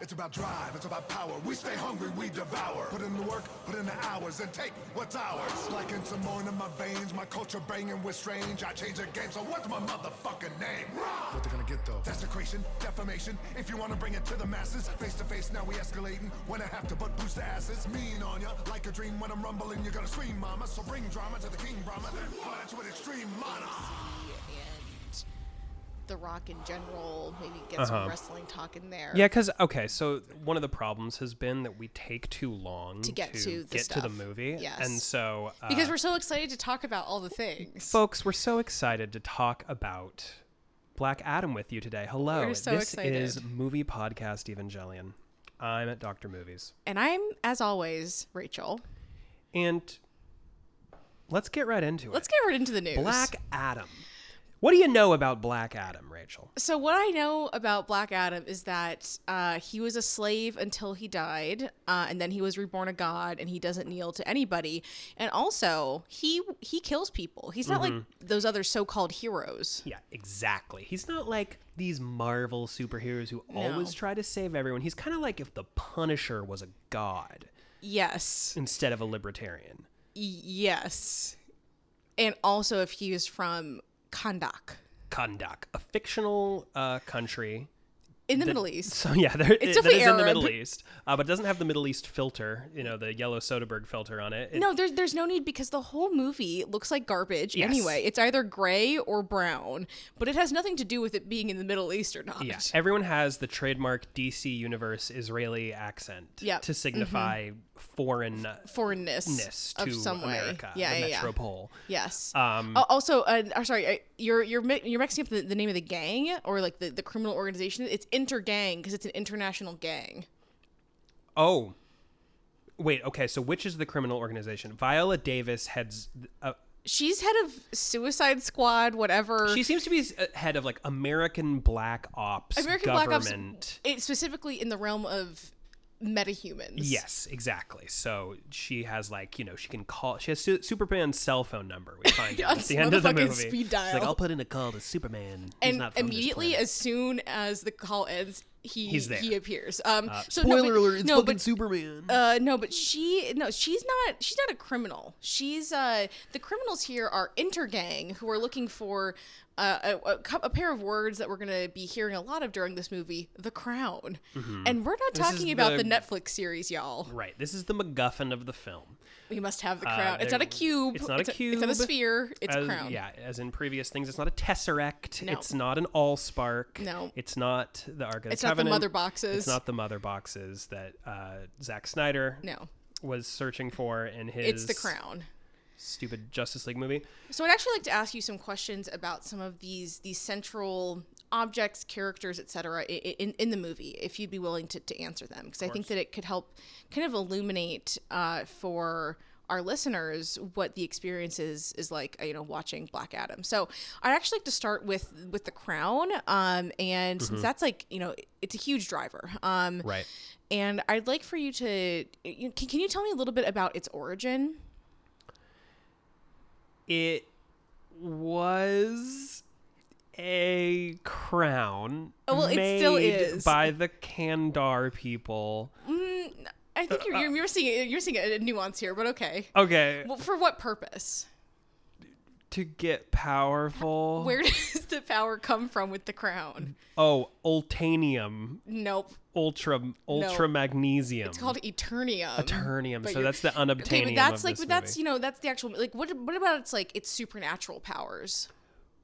It's about drive, it's about power. We stay hungry, we devour. Put in the work, put in the hours, and take what's ours. Like in Samoan in my veins, my culture banging with strange. I change the game, so what's my motherfucking name? What they gonna get though? Desecration, defamation. If you wanna bring it to the masses, face to face, now we escalating. When I have to, but boost the asses. Mean on ya, like a dream. When I'm rumbling, you're gonna scream, mama. So bring drama to the king, Brahma. Then pull at you with extreme mana. and The Rock in general. Maybe get some wrestling talk in there. Uh-huh. Yeah, because okay, so one of the problems has been that we take too long to get to the get to the stuff. movie, and Yes. so uh, Because we're so excited to talk about all the things. folks, we're so excited to talk about Black Adam with you today. Hello, We're so this is excited. Movie Podcast Evangelion. I'm at Doctor Movies, And I'm, as always, Rachel. and let's get right into Let's it. get right into the news. Black Adam. What do you know about Black Adam, Rachel? So what I know about Black Adam is that uh, he was a slave until he died, uh, and then he was reborn a god, and he doesn't kneel to anybody. And also, he he kills people. He's not like Mm-hmm. those other so-called heroes. Yeah, exactly. He's not like these Marvel superheroes who always try to save everyone. He's kind of like if the Punisher was a god Yes, instead of a libertarian. Y- yes, and also if he was from Kandak Kandak, a fictional uh, country. in the Middle East, So yeah, there, it's definitely in the Arab. Middle East, uh, but it doesn't have the Middle East filter. You know, the yellow Soderbergh filter on it. It- no, there's there's no need because the whole movie looks like garbage Yes. anyway. It's either gray or brown, but it has nothing to do with it being in the Middle East or not. Yeah, everyone has the trademark DC Universe Israeli accent Yep, to signify foreignness foreignness to of some way. America, yeah, the yeah, yeah. metropole. Yes. Um, Al- also, uh, uh, sorry, uh, you're you're mi- you're mixing up the, the name of the gang or like the, the criminal organization. It's intergang because it's an international gang. Oh. Wait, okay, so which is the criminal organization? Viola Davis heads. Uh, She's head of Suicide Squad, whatever. she seems to be uh, head of like American Black Ops American Black Ops- government. it, specifically in the realm of metahumans. Yes, exactly. So she has like you know she can call. She has Su- Superman's cell phone number. We find out at Yes, the end of the motherfucking movie. speed She's like dial. I'll put in a call to Superman. who's And not from this immediately, planet." as soon as the call ends, he He's there. Uh, he appears. Um, so no, spoiler but- alert! It's no, fucking but Superman. Uh, no, but she no, she's not. She's not a criminal. She's uh, the criminals here are intergang who are looking for uh, a, a, cou- a pair of words that we're gonna be hearing a lot of during this movie, the crown. And we're not Mm-hmm. is talking about the... the- Netflix series, y'all. right. This is the MacGuffin of the film. We must have the crown. it's there- not a cube. Uh, it's not a it's not a cube. sphere. It's as- a crown. Yeah, as in previous things, it's not a tesseract. No. It's not an allspark. No. It's not the Ark of It's the not the Covenant. mother boxes. It's not the mother boxes that uh, Zack Snyder No, was searching for in his it's the crown. stupid Justice League movie. So I'd actually like to ask you some questions about some of these these central objects, characters, etc. in in the movie, if you'd be willing to, to answer them, because I think that it could help kind of illuminate uh, for our listeners what the experience is is like you know watching black adam so i'd actually like to start with with the crown um and since that's like you know it's a huge driver um Right. and i'd like for you to you can, can you tell me a little bit about its origin It was a crown. Oh, well, it still made is. by the Kandar people. I think you're, you're missing you're missing a nuance here, but okay. Okay, Well, for what purpose? to get powerful. Where does the power come from with the crown? Oh, ultanium, Nope, ultra ultra magnesium. it's called Eternium. Eternium. But so you're- that's the unobtainium. Okay, but that's of like, this but that's movie. you know, that's the actual like. What what about it's like its supernatural powers?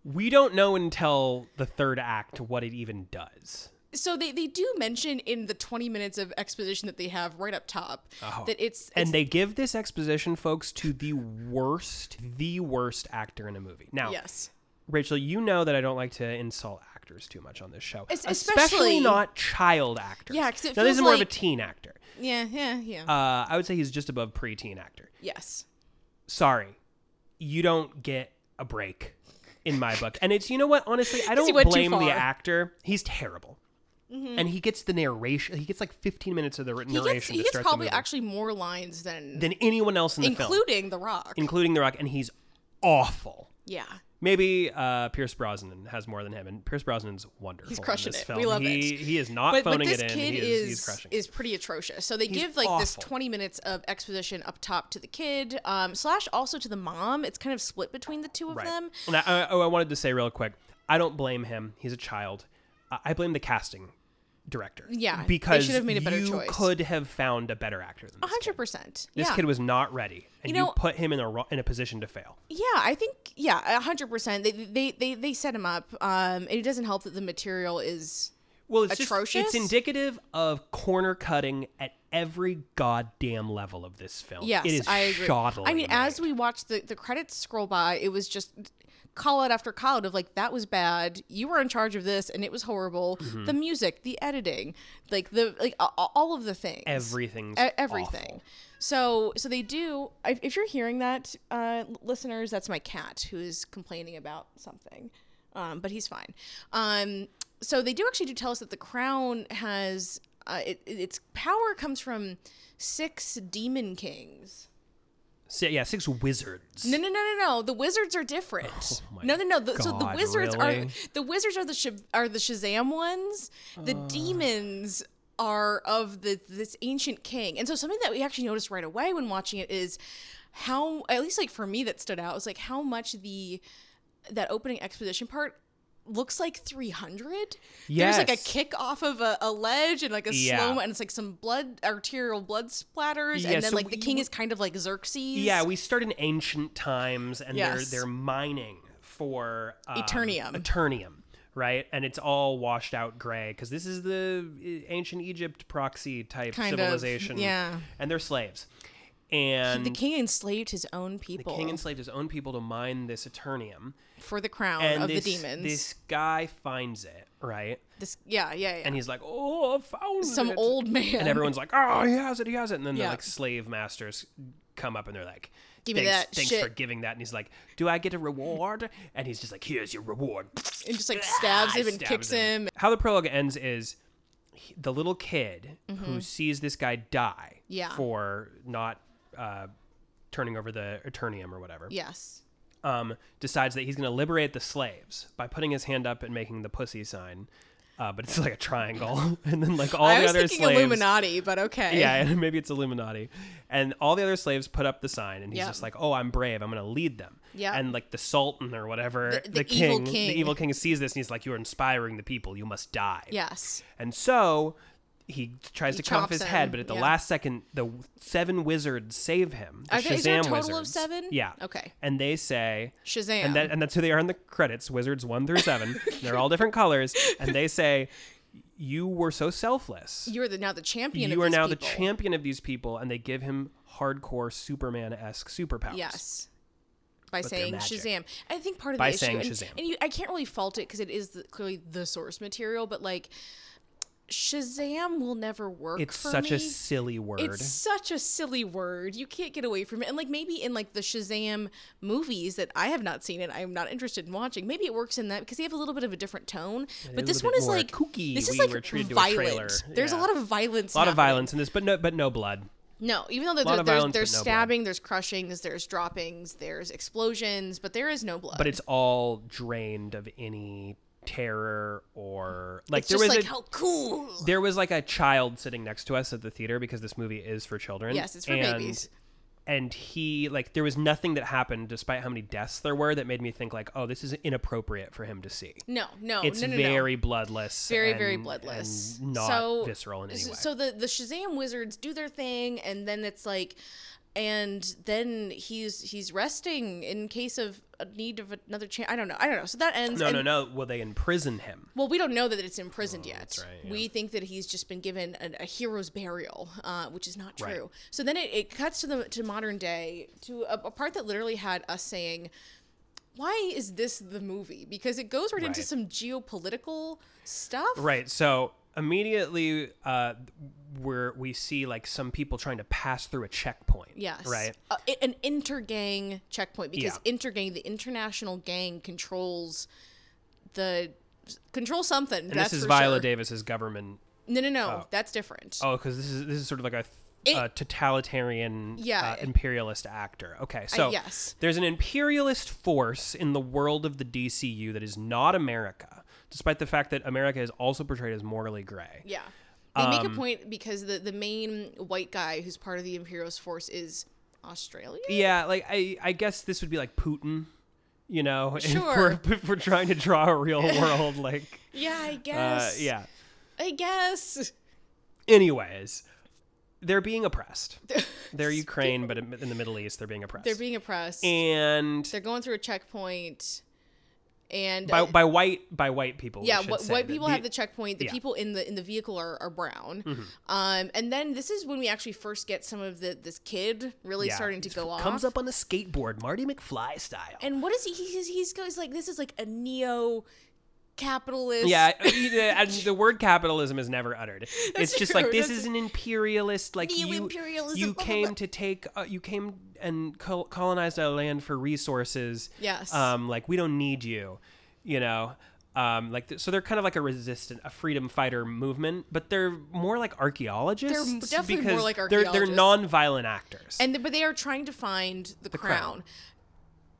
we don't know until the third act what it even does. So they they do mention in the twenty minutes of exposition that they have right up top that it's, it's Oh. And they give this exposition, folks, to the worst, the worst actor in a movie. Now, yes. Rachel, you know that I don't like to insult actors too much on this show, Es- especially especially- not child actors. Yeah, 'cause it now this feels is more of a like- teen actor. Yeah, yeah, yeah. Uh, I would say he's just above preteen actor. yes. sorry, you don't get a break in my book. And it's you know what? Honestly, I he don't went too blame the far. Mm-hmm. actor. He's terrible. And he gets the narration. He gets like 15 minutes of the He narration gets, to he gets start probably the movie actually more lines than, than anyone else in the film, including The Rock. including The Rock, and he's awful. yeah. Maybe uh, Pierce Brosnan has more than him, and Pierce Brosnan's wonderful. He's in crushing this it. Film. We love he, it. He is not but, but phoning this it in. kid he is, is he's crushing it. is pretty atrocious. So they give like this awful. twenty minutes of exposition up top to the kid, um, slash also to the mom. It's kind of split between the two of right. them. And I, I- oh, I wanted to say real quick. I don't blame him. He's a child. I, I blame the casting director. Yeah, they because should have made a better you choice. could have found a better actor than this kid. Hundred percent. This yeah. kid was not ready, and you, You know- put him in a ro- in a position to fail. Yeah, I think yeah, hundred percent. They they they they set him up. Um, and it doesn't help that the material is Well, it's just- Atrocious? it's indicative of corner cutting at every goddamn level of this film. yes, it is I agree. shoddily I mean, as made. we watched the the credits scroll by, it was just call out after call out of like that was bad. You were in charge of this, and it was horrible. Mm-hmm. The music, the editing, like the like a- a- all of the things, everything's E- everything. awful. So, so they do. If if you're hearing that, uh, l- listeners, that's my cat who is complaining about something, um, but he's fine. Um, so they do actually do tell us that the crown has uh, it, it- its power comes from six demon kings. Si- yeah, six wizards. No, no, no, no, no. The wizards are different. Oh my no, no, no. The, so the God, wizards are really? the wizards are the Shaz- are the Shazam ones. The demons are of the this ancient king. And so something that we actually noticed right away when watching it is how at least like for me that stood out was like how much the that opening exposition part looks like 300 there's like a Yes. kick off of a, a ledge and like a Yeah. slow and it's like some blood arterial blood splatters Yeah, and then so like the we- king is kind of like xerxes Yeah, we start in ancient times, and Yes. they're they're mining for um, Eternium. Eternium, right? And it's all washed out gray because this is the uh, ancient Egypt proxy type Kind of, civilization. yeah. and they're slaves. And the king enslaved his own Mm. the people king enslaved his own people to mine this Eternium, for the crown and of this, the demons. This guy finds it, right? This- yeah, yeah, yeah. And he's like, "Oh, I found Some it." old man. and everyone's like, "Oh, he has it, he has it," and then the Yeah. like slave masters come up and they're like, Give me "Thanks- that Thanks shit." for giving that." And he's like, "Do I get a reward?" And he's just like, "Here's your reward." and just like stabs him and Stabs kicks him. How the prologue ends is he- the little kid who sees this guy die Mm-hmm. Yeah. for not uh, turning over the eternium or whatever. Yes. Um, decides that he's going to liberate the slaves by putting his hand up and making the pussy sign. Uh, but it's like a triangle, and then like all I the was other thinking slaves. Illuminati, but okay. Yeah, and maybe it's Illuminati. And all the other slaves put up the sign, and he's Yeah. just like, "Oh, I'm brave. I'm going to lead them." Yeah. And like the Sultan or whatever, The- the, the king, evil the king. evil king sees this, and he's like, "You're inspiring the people. You must die." Yes. And so he tries He to cut off chops his head, him, but at the yeah. last second, the seven wizards save him. The Are there- is there a Shazam total of wizards. seven? Yeah. Okay. And they say Shazam. and that and that's who they are in the credits. Wizards one through seven. They're all different colors, and they say. You were so selfless You're the, now the champion you of are these now the people. champion of these people and they give him hardcore superman-esque superpowers Yes. By But they're saying magic. Shazam. I think part of By the saying issue, and- Shazam. And, you, I can't really fault it because it is the, clearly the source material, but like Shazam will never work it's for such a me. silly word It's such a silly word. You can't get away from it. And like maybe in like the Shazam movies that I have not seen and I am not interested in watching, maybe it works in that because they have a little bit of a different tone. but a this little one bit is more like kooky. This is We like were treated to a violent. trailer. There's a Yeah. lot of violence. a lot of happening. violence in this but no but no blood No, even though there, lot there, of there's, violence, there's but no blood. stabbing, there's crushings, there's droppings, there's explosions, but there is no blood. but it's all drained of any terror or like It's there just was like a how cool. there was like a child sitting next to us at the theater because this movie is for children Yes, it's for and babies. and he like there was nothing that happened despite how many deaths there were that made me think like oh this is inappropriate for him to see No, no, it's Oh, no, no, no. very bloodless very very and- bloodless and not so, visceral in any way so the the shazam wizards do their thing and then it's like and then he's he's resting in case of a need of another chance i don't know i don't know so that ends No, and- no, no. Will they imprison him? well we don't know that it's imprisoned yet right, yeah. we think that he's just been given a, a hero's burial uh, which is not true Right. so then it, it cuts to the to modern day to a, a part that literally had us saying why is this the movie because it goes right. into Right. some geopolitical stuff Right. So immediately, uh, we're we see like some people trying to pass through a checkpoint. Yes. Right. Uh, i- an intergang checkpoint because Yeah. intergang, the international gang, controls the control something. And that's this is Oh. for Viola sure. Davis's government. No, no, no. That's different. Oh, because this is this is sort of like a It- uh, totalitarian Yeah, uh, it- imperialist actor. Okay, so yes. there's an imperialist force in the world of the DCU that is not America, despite the fact that America is also portrayed as morally gray. Yeah. They make Um, a point because the, the main white guy who's part of the Imperialist force is Australia? Yeah, like I, I guess this would be like Putin, you know, if, Sure. we're, if we're trying to draw a real world, like, Yeah, I uh, guess. yeah. I guess. Anyways, they're being oppressed. They're Ukraine, but in in the Middle East, they're being oppressed. They're being oppressed. and They're going through a checkpoint. And by, uh, by white by white people. we yeah, should wh- say, white that people have the checkpoint. The yeah. Mm-hmm. people in the in the vehicle are, are brown. Um, and then this is when we actually first get some of the this kid really yeah, starting to it go off. Comes up on the skateboard, Marty McFly style. and what is he? He's, he's goes like this is like a neo capitalist. Yeah, and the word capitalism is never uttered. It's just like true, this that's- is an imperialist, like you, Neo-imperialism, you blah, blah, came blah. to take, uh, you came and col- colonized our land for resources. Yes. um, like we don't need you, you know. Um, like th- so, they're kind of like a resistant, a freedom fighter movement, but they're more like archaeologists. definitely more because like They're, archaeologists. they're non-violent actors. And but they are trying to find the, crown. crown.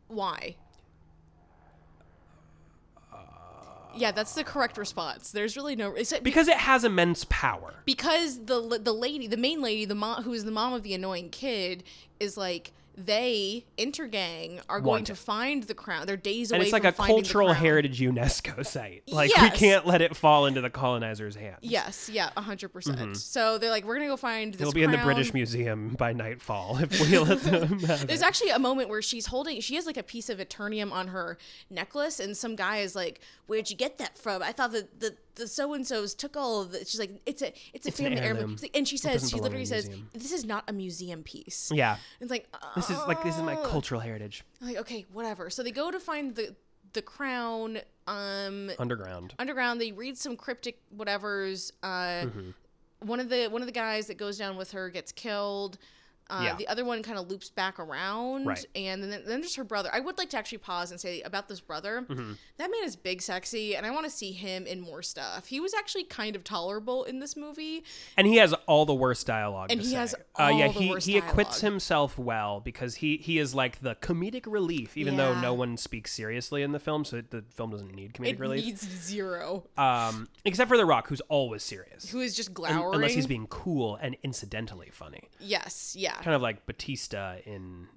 Why? Uh, yeah, that's the correct response. There's really no except because it has immense power. because the l- the lady, the main lady, the mom who is the mom of the annoying kid is like they intergang are going Want to it. find the crown. They're days away And it's like from a finding the cultural crown. heritage UNESCO site. Like Yes. we can't let it fall into the colonizers' hands. Yes, yeah, 100%. percent So they're like we're going to go find this Mm-hmm. It'll be in the crown. British Museum by nightfall if we let them have it. There's actually a moment where she's holding, she has like a piece of eternium on her necklace, and some guy is like, "Where'd you get that from?" I thought that the the so and so's took all of it. She's like, "It's a it's a an family heirloom," heirloom. She's like- and she says, doesn't she belong in a literally says, museum. "This is not a museum piece." Yeah. It's like This is like this is my "Oh." cultural heritage. I'm like okay, whatever. So they go to find the the crown. Um, Underground. underground they read some cryptic whatever's uh Mm-hmm. one of the one of the guys that goes down with her gets killed uh, Yeah. the other one kind of loops back around Right. and then, then there's her brother i would like to actually pause and say about this brother Mm-hmm. that man is big sexy and i want to see him in more stuff he was actually kind of tolerable in this movie And he has all the worst dialogue. And to he say. has uh, yeah, all the he, worst he acquits dialogue. himself well because he he is like the comedic relief, even though Yeah. no one speaks seriously in the film, so the film doesn't need comedic it relief. needs zero um except for The Rock, who's always serious. who is just Un- glowering Unless he's being cool and incidentally funny. yes yeah Kind of like Batista in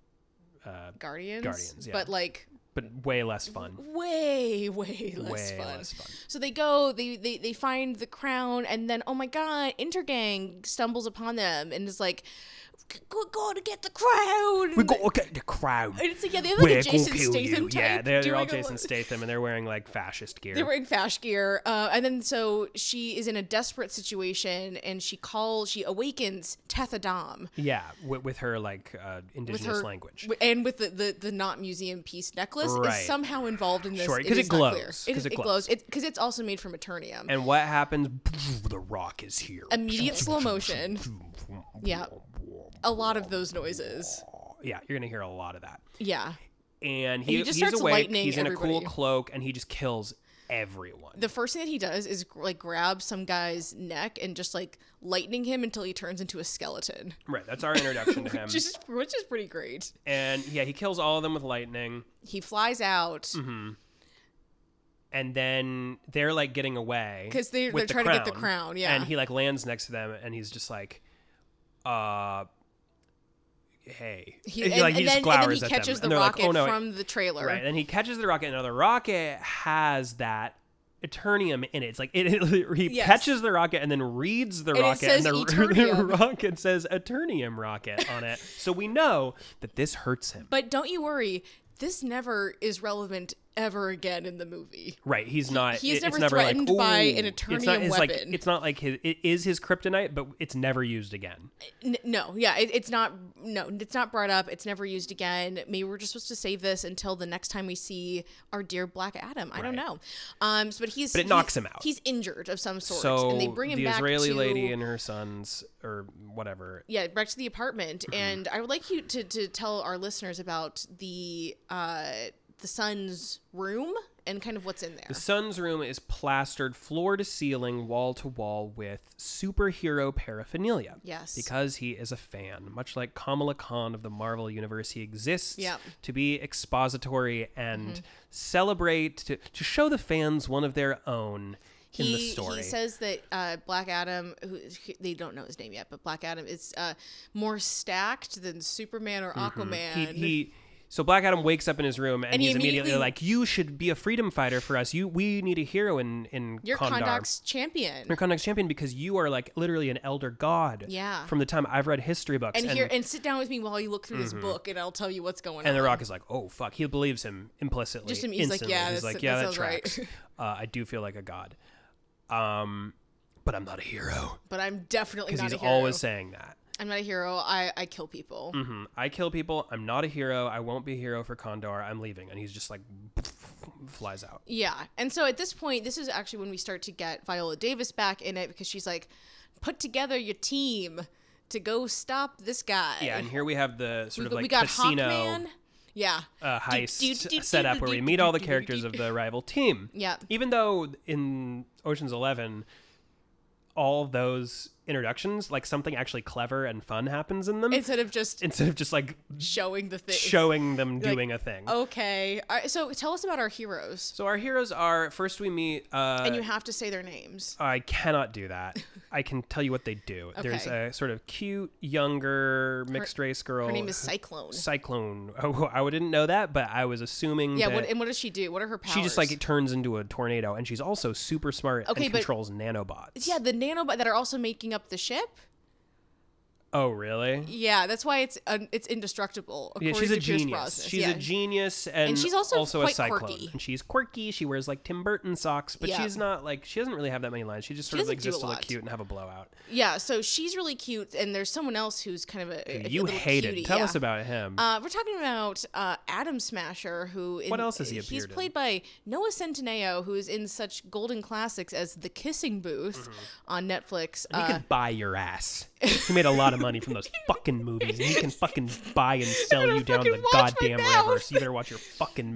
guardians Guardians, yeah. but like but way less fun. way way less, Way fun. less fun. so they go they, they they find the crown and then oh my god intergang stumbles upon them and is like we're going to get the crown We got to get the crowd. and it's like yeah they're We're like a gonna jason kill statham you. type Yeah, they're, they're all doing a Jason lo- Statham, and they're wearing like fascist gear. they were in fash gear uh, and then so she is in a desperate situation and she calls she awakens tethadam yeah, with, with her like uh, indigenous her language. w- and with the, the, the not museum piece necklace Right. is somehow involved in this Sure, 'cause is it not clear. glows, it, 'cause is, it it glows. glows because it's also made from eternium and what happens? The Rock is here. immediate slow motion. Yeah. A lot of those noises. Yeah, you're gonna hear a lot of that. Yeah. And he, he just he's starts awake. lightning He's in a cool everybody. cloak, and he just kills everyone. The first thing that he does is like grab some guy's neck and just like lightning him until he turns into a skeleton, right, that's our introduction to him. which is, which is pretty great. and yeah, he kills all of them with lightning. He flies out Mm-hmm. and then they're like getting away 'Cause they- with they're trying to get the crown, yeah. and he like lands next to them, and he's just like, uh, hey, he, He, and, like, he and then, and just then glowers he at them, catches and the they're like, rocket "Oh, no, it-" from the trailer. right, and then he catches the rocket. and Now the rocket has that eternium in it. It's like it, it- he Yes. catches the rocket and then reads the it rocket, says and the, the Eternium. rocket says eternium rocket on it. so we know that this hurts him. But don't you worry, this never is relevant ever again in the movie. Right, he's not. he's it- never it's never like, threatened by "Ooh." an it's not, eternium it's like- weapon. it's not like his. It is his kryptonite, but it's never used again. N- no, yeah, it, it's not. No, it's not brought up. It's never used again. Maybe we're just supposed to save this until the next time we see our dear Black Adam. I don't Right. know. Um, so, but he's But it knocks him out. He's injured of some sort, So and they bring him the back Israeli to lady and her sons, or whatever. yeah, back to the apartment. And I would like you to to tell our listeners about the uh the son's room and kind of what's in there. The son's room is plastered floor to ceiling, wall to wall with superhero paraphernalia. Yes. Because he is a fan. Much like Kamala Khan of the Marvel Universe, he exists Yep. Mm-hmm. to be expository and celebrate, to, to show the fans one of their own in the story. He says that uh, Black Adam, who he- they don't know his name yet, but Black Adam is uh, more stacked than Superman or Aquaman. Mm-hmm. he, he so Black Adam wakes up in his room and, And he he's immediately, immediately- like, "You should be a freedom fighter for us. You, we need a hero in in You're Kondar. Kondak's champion. You're Kondak's champion because you are like literally an elder god. Yeah. From the time I've read history books, and here and sit down with me while you look through this book, and I'll tell you what's going Mm-hmm. and on. The Rock is like, "Oh fuck," he believes him implicitly. Just him- he's like, instantly. "Yeah, he's that's- like, yeah, that that, sounds right." tracks. uh, I do feel like a god, um, but I'm not a hero but I'm definitely because not he's a hero. always saying that. I'm not a hero. I, I kill people. Mhm. I kill people. I'm not a hero. I won't be a hero for Condor. I'm leaving, and he's just like flies out. Yeah. And so at this point, this is actually when we start to get Viola Davis back in it because she's like, put together your team to go stop this guy. Yeah, and here we have the sort of we like got casino Hawkman. Yeah. uh, do, do, heist set up where we meet all the characters of the rival team. Yeah. Even though in Ocean's Eleven, all those introductions, like something actually clever and fun happens in them Instead of just instead of just like showing the thing. showing them doing a thing. oh. Okay. All right, so tell us about our heroes. So our heroes are first we meet. Uh, And you have to say their names. I cannot do that. I can tell you what they do. There's Okay. a sort of cute younger mixed race girl. Her name is Cyclone. Oh, Cyclone. Oh, I didn't know that, but I was assuming. Yeah. that What, and what does she do? What are her powers? she just like turns into a tornado, and she's also super smart Okay, and but- controls nanobots. Yeah, the nanobot that are also making up the ship. Oh, really? Yeah, that's why it's un it's indestructible. Yeah, according she's a to Pierce genius. Brosnan. She's Yeah. a genius, and, she's also a quite cyclone. quirky. And she's quirky. She wears like Tim Burton socks, but Yeah. she's not like she doesn't really have that many lines. She just sort of doesn't do exists a to look lot. cute and have a blowout. Yeah, so she's really cute, and there's someone else who's kind of a, a You little hated. cutie, Tell yeah. us about him. Uh, we're talking about uh, Adam Smasher, who in, What else has he He's appeared in? played by Noah Centineo, who is in such golden classics as The Kissing Booth Mm-hmm. on Netflix. he Uh, can buy your ass. He made a lot of money from those fucking movies, and he can fucking buy and sell you down fucking the watch my goddamn mouth. river. So you better watch your fucking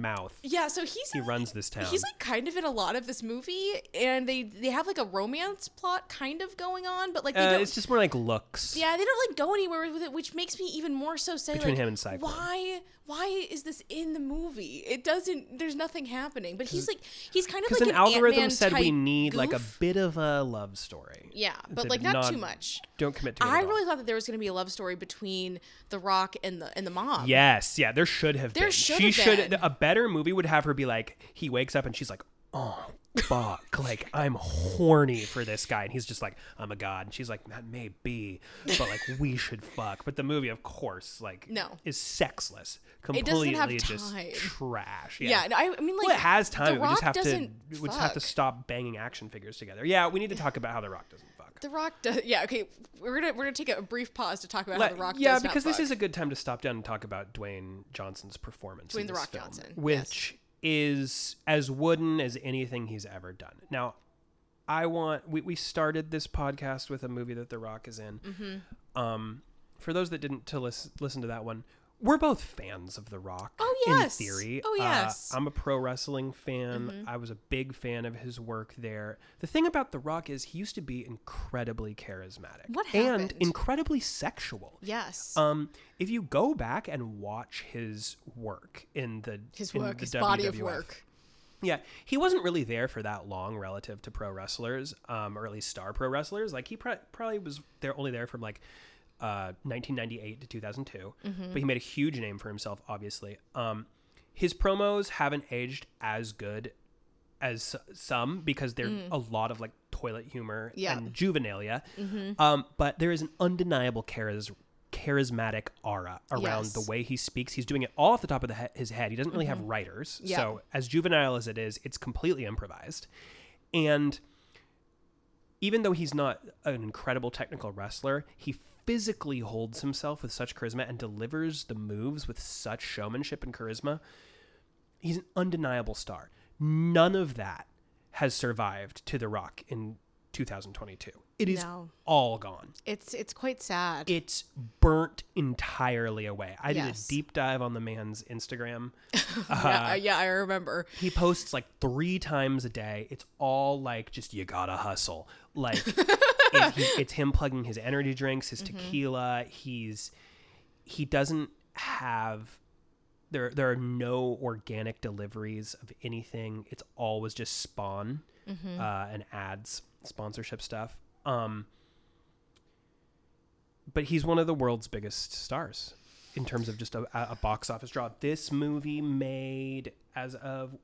mouth. yeah, so he's He runs this town. He's like kind of in a lot of this movie, and they they have like a romance plot kind of going on, but like they Uh, don't. it's just more like looks. yeah, they don't like go anywhere with it, which makes me even more so say Between like, him and Cyclone. why why is this in the movie? It doesn't. There's nothing happening. But he's like he's kind of Because like an algorithm Ant-Man said we type need like a goof. bit of a love story. Yeah, but They like not, not- too much. Don't commit to it. I at all. really thought that there was going to be a love story between The Rock and the and the mob. Yes, yeah, there should have There been. should she have should been. a better movie would have her be like he wakes up and she's like, "Oh, fuck, like I'm horny for this guy." And he's just like, "I'm a god." And she's like, "That may be, but like we should fuck." But the movie of course like No. is sexless. It doesn't Completely have just time. trash. Yeah, Yeah. and I, I mean like well, it has The time. we Rock just have to doesn't we just have to fuck. stop banging action figures together. Yeah, we need to talk about how the rock doesn't fuck. The Rock does. Yeah, okay. We're gonna we're gonna take a brief pause to talk about Let- how The Rock. yeah, does because not this is a good time to stop down and talk about Dwayne Johnson's performance. Dwayne in The this Rock film, Johnson, which is as wooden as anything he's ever done. Now, I want we we started this podcast with a movie that The Rock is in. Mm-hmm. Um, for those that didn't to listen listen to that one. We're both fans of The Rock. Oh, yes. In theory. Oh, Uh, yes. Mm-hmm. I'm a pro wrestling fan. I was a big fan of his work there. The thing about The Rock is he used to be incredibly charismatic. What And happened? incredibly sexual. Yes. Um, if you go back and watch his work in the his in work, the his body of WWF, work. yeah, he wasn't really there for that long relative to pro wrestlers, um, or at least star pro wrestlers. Like he pro- probably was there only there from like uh, 1998 to 2002, Mm-hmm. but he made a huge name for himself. Obviously, um, his promos haven't aged as good as s- some because they're a lot of like toilet humor Mm. Yeah. Mm-hmm. and juvenilia. Um, but there is an undeniable charis- charismatic aura around Yes. the way he speaks. He's doing it all off the top of the he- his head. He doesn't really have writers. Mm-hmm. Yeah. So, as juvenile as it is, it's completely improvised. And even though he's not an incredible technical wrestler, he physically holds himself with such charisma and delivers the moves with such showmanship and charisma. He's an undeniable star. None of that has survived to The Rock in 2022. It is No. all gone. It's it's quite sad. It's burnt entirely away. I did Yes. a deep dive on the man's Instagram. yeah, uh, yeah, I remember. He posts like three times a day. It's all like just you gotta hustle. Like it, he, it's him plugging his energy drinks, his tequila. He's he doesn't have there. There are no organic deliveries of anything. It's always just spawn uh, and ads, sponsorship stuff. Um, but he's one of the world's biggest stars in terms of just a, a box office draw. This movie made, as of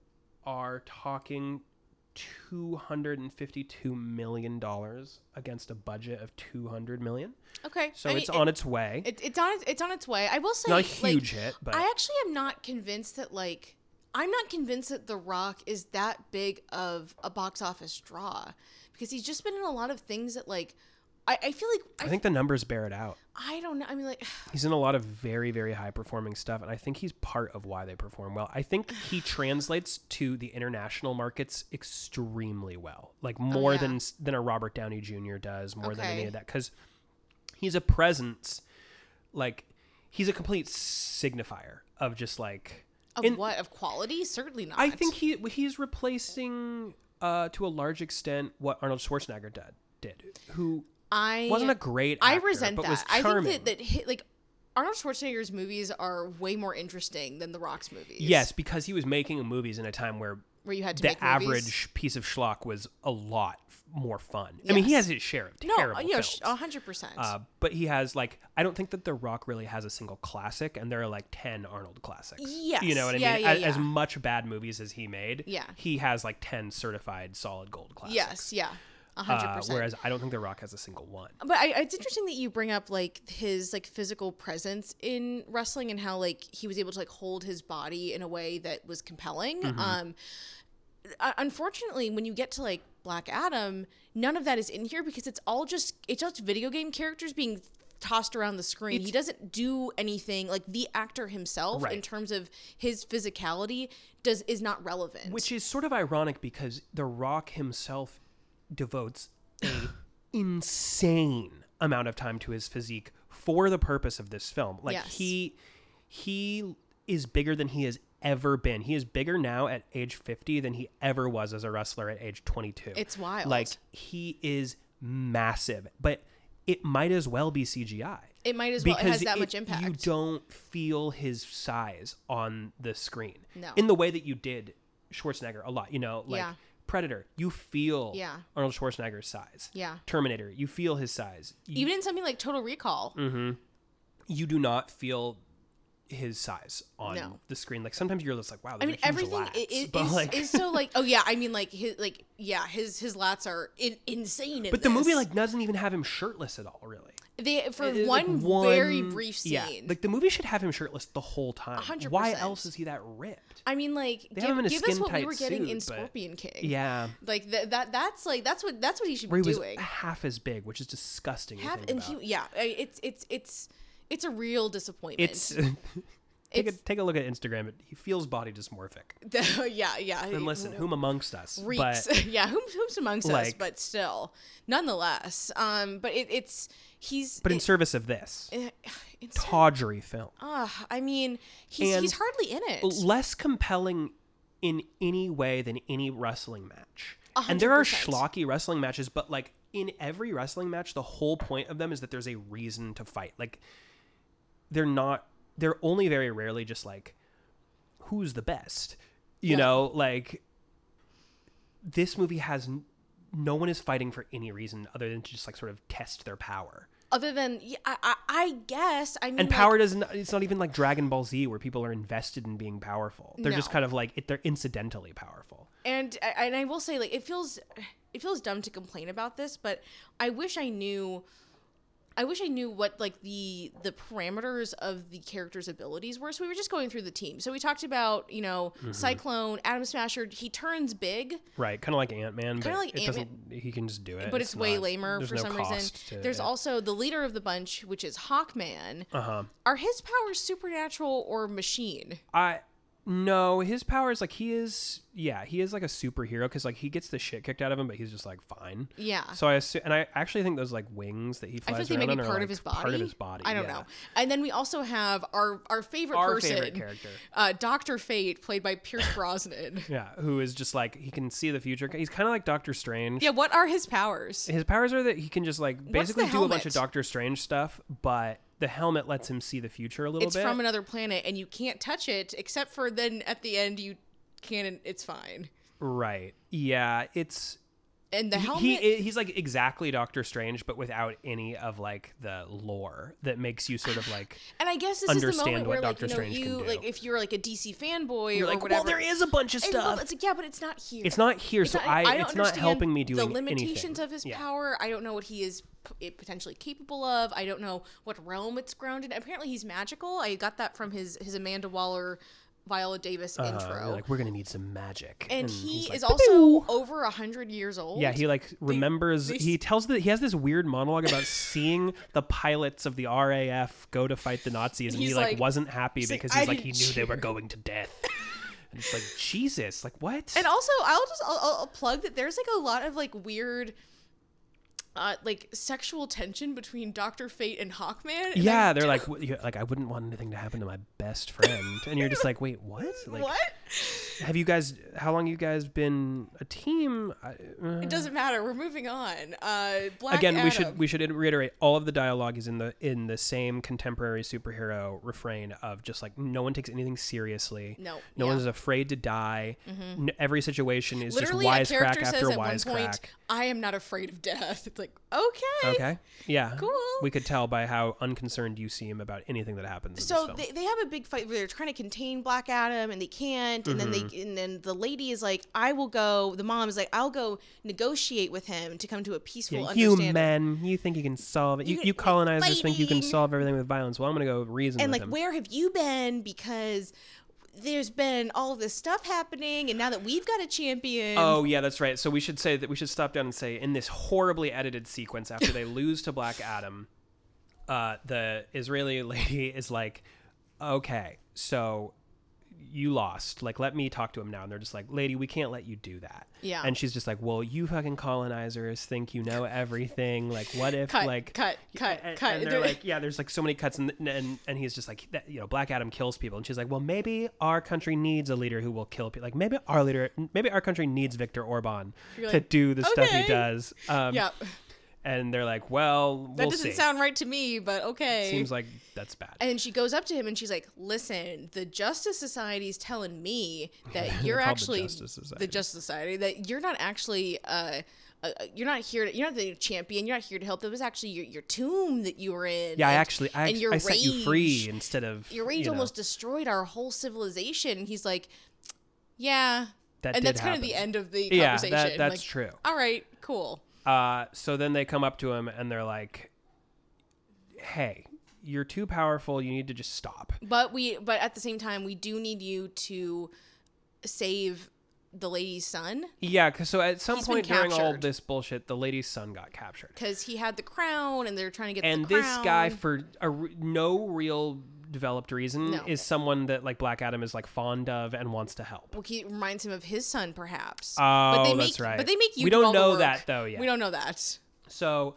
our talking, two hundred and fifty-two million dollars against a budget of two hundred million. Okay, So I mean, it's it- on its way. It, it's on. It's on its way. I will say, Not a like, huge hit, but I actually am not convinced that like I'm not convinced that The Rock is that big of a box office draw because he's just been in a lot of things that like I, I feel like I I, think the numbers bear it out. I don't know. I mean, like He's in a lot of very, very high performing stuff, and I think he's part of why they perform well. I think he translates to the international markets extremely well, like Oh, more yeah. than than a Robert Downey Jr. does, more than any Okay. of that, because he's a presence, like he's a complete signifier of just like of in- what of quality? Certainly not. I think he he's replacing uh, to a large extent what Arnold Schwarzenegger did, did who I wasn't a great. I actor, resent but that. Was I think charming. that that hit, like Arnold Schwarzenegger's movies are way more interesting than The Rock's movies. Yes, because he was making movies in a time where where you had to make the movies. average piece of schlock was a lot f- more fun. I mean, he Yes. has his share of no, uh, terrible you know, films, hundred percent. uh, but he has like I don't think that The Rock really has a single classic, and there are like ten Arnold classics. Yes. you know what I Yeah, mean. yeah, as, as yeah. much bad movies as he made, Yeah. he has like ten certified solid gold classics. Yes, yeah, Uh, hundred percent. whereas I don't think The Rock has a single one. but I, it's interesting that you bring up like his like physical presence in wrestling and how like he was able to like hold his body in a way that was compelling Mm-hmm. um u- unfortunately when you get to like black adam none of that is in here because it's all just it's just video game characters being tossed around the screen he doesn't do anything like the actor himself in Right. terms of his physicality does is not relevant Which is sort of ironic because The Rock himself devotes a insane amount of time to his physique for the purpose of this film. Like Yes. he he is bigger than he has ever been. He is bigger now at age 50 than he ever was as a wrestler at age 22. It's wild. Like he is massive, but it might as well be CGI. It might as well- it has that much You impact. don't feel his size on the screen. No. In the way that you did Schwarzenegger a lot, you know, like Yeah. Predator, you feel Yeah. Arnold Schwarzenegger's size. Yeah. Terminator, you feel his size. You, even in something like total recall you do not feel his size on No. the screen. Like sometimes you're just like, wow, I mean, everything i- i- lats. is, but like, is so like oh yeah. I mean, like his like yeah, his his lats are in, insane. In but the movie this. like doesn't even have him shirtless at all, really. they for It- like, one, very one- brief scene. Yeah, like the movie should have him shirtless the whole time. hundred Why percent. else is he that ripped? I mean, like have him in give, a give us what we skin-tight were getting in suit, but- Scorpion King. Yeah. like th- that that's like that's what that's what he should Where be he was doing. half as big, which is disgusting. to Have think and about. he yeah, I- it's it's it's it's a real disappointment. it's take a It's- take a look at Instagram. He feels body dysmorphic. yeah yeah. And listen, whom amongst us? reeks. But yeah, whom, whom's amongst us, like- but still, nonetheless. Um, but it, it's he's but in service of this it, it's tawdry film, Ugh, I mean, he's, And- he's hardly in it. less compelling in any way than any wrestling match. And there are 100%. schlocky wrestling matches, but like in every wrestling match, the whole point of them is that there's a reason to fight. Like they're not. They're only very rarely just like who's the best. You Yeah. know, like this movie has n- no one is fighting for any reason other than to just like sort of test their power. Other than, yeah, I, I, I guess. I mean, And like, power doesn't. It's not even like Dragon Ball Z where people are invested in being powerful. They're just No. kind of like it, they're incidentally powerful. and I- and I will say, like, it feels it feels dumb to complain about this, but I wish I knew. I wish I knew what like the the parameters of the characters' abilities were. So we were just going through the team. So we talked about you know Mm-hmm. Cyclone, Adam Smasher. He turns big. Right, kind of like Ant Man, but like it Ant-Man. doesn't. He can just do it. but it's, way not- lamer there's for no some reason. cost to There's it. also the leader of the bunch, which is Hawkman. Uh-huh. Are his powers supernatural or machine? I No, his power is like he is. Yeah, he is like a superhero because like he gets the shit kicked out of him, but he's just like fine. Yeah. So I assume, and I actually think those like wings that he I feel like flies they may around be on are part like, of his body. Part of his body. I don't yeah. know. And then we also have our our favorite Our person, favorite character. uh, Doctor Fate, played by Pierce Brosnan. Yeah, who is just like he can see the future. He's kind of like Doctor Strange. yeah, what are his powers? His powers are that he can just like basically do a bunch helmet? of Doctor Strange stuff, but the helmet lets him see the future a little It's bit. from another planet, and you can't touch it except for then at the end you can. and It's fine. right. Yeah, it's And the helmet. he he he's like exactly Doctor Strange but without any of like the lore that makes you sort of like and I guess this is the understand moment what where, like, Doctor you know, Strange can you do. like if you're like a DC fanboy you're or like, whatever. well, there is a bunch of And, well, stuff. it's like, yeah, but it's not here. It's not here, so not- I, don't it's not understand helping me doing the limitations anything. of his Yeah. power. I don't know what he is p- eh, potentially capable of. I don't know what realm it's grounded. in. Apparently, he's magical. I got that from his his Amanda Waller, Viola Davis Uh, intro. you're like we're gonna need some magic, and he's he like, is also over a hundred years old. Yeah, he like remembers. he tells that he has this weird monologue about seeing the pilots of the RAF go to fight the Nazis, and he He's like, like- wasn't happy he's like, because "I he's like he knew didn't they were cheer." going to death. and it's like Jesus, like what? And also, I'll just I'll, I'll- I'll plug that there's like a lot of like weird. Uh, like sexual tension between Doctor Fate and Hawkman. and yeah, I they're like "What- you're, like I wouldn't want anything to happen to my best friend, and you're just like, wait, what? Like, what? Have you guys? How long you guys been a team? I, uh, It doesn't matter. We're moving on. Uh, Black again, we Adam. should we should reiterate all of the dialogue is in the in the same contemporary superhero refrain of just like no one takes anything seriously. No, no one yeah. Mm-hmm. is afraid to die. N- every situation is literally a just character wisecrack says after at one point wisecrack. i am not afraid of death it's like okay Okay, yeah, Cool. We could tell by how unconcerned you seem about anything that happens. in so this film. they, they have a big fight where they're trying to contain black adam and they can't and then they and then the lady is like i will go the mom is like i'll go negotiate with him to come to a peaceful Yeah, you understanding men, you think you can solve it? You, You're you colonizers think you can fighting. solve everything with violence. Well, I'm gonna go reason and with like him. where have you been because there's been all of this stuff happening and now that we've got a champion Oh yeah, that's right. So we should say that we should stop down and say in this horribly edited sequence after they lose to Black Adam, uh, the Israeli lady is like, "Okay, so you lost. Like, let me talk to him now." And they're just like, "Lady, we can't let you do that." Yeah. And she's just like, "Well, you fucking colonizers think you know everything. Like, what if Cut, like cut, cut, and, cut. And they're like, yeah, there's like so many cuts, and and, and he's just like, that, you know, Black Adam kills people, and she's like, well, maybe our country needs a leader who will kill people. Like maybe our leader, maybe our country needs Viktor Orban You're to like, do the stuff he okay. does. Um, yeah And they're like, well, that we'll doesn't see. sound right to me but okay Seems like that's bad. And she goes up to him and she's like, "Listen, the Justice Society's telling me that you're called the actually Justice Society. the Justice Society that you're not actually uh, uh you're not here to, you're not the champion, you're not here to help. That was actually your, your tomb that you were in. yeah, I and- actually, I, and your I set you rage- free instead of Your rage you know, almost destroyed our whole civilization." And he's like, "Yeah." That and did that's kind of the happen. end of the Yeah, conversation. that- that's Like, true. All right, cool. Uh, so then they come up to him and they're like, hey, you're too powerful. You need to just stop. But we but at the same time, we do need you to save the lady's son. Yeah, 'cause- so at some He's been point during all captured. this bullshit, the lady's son got captured. because he had the crown and they're trying to get and the crown. this guy for a r no real developed reason No. is someone that like black adam is like fond of and wants to help well, he reminds him of his son, perhaps. Oh, Oh, that's right. But they make you. We do don't all the know work. that, though, yet. We don't know that. so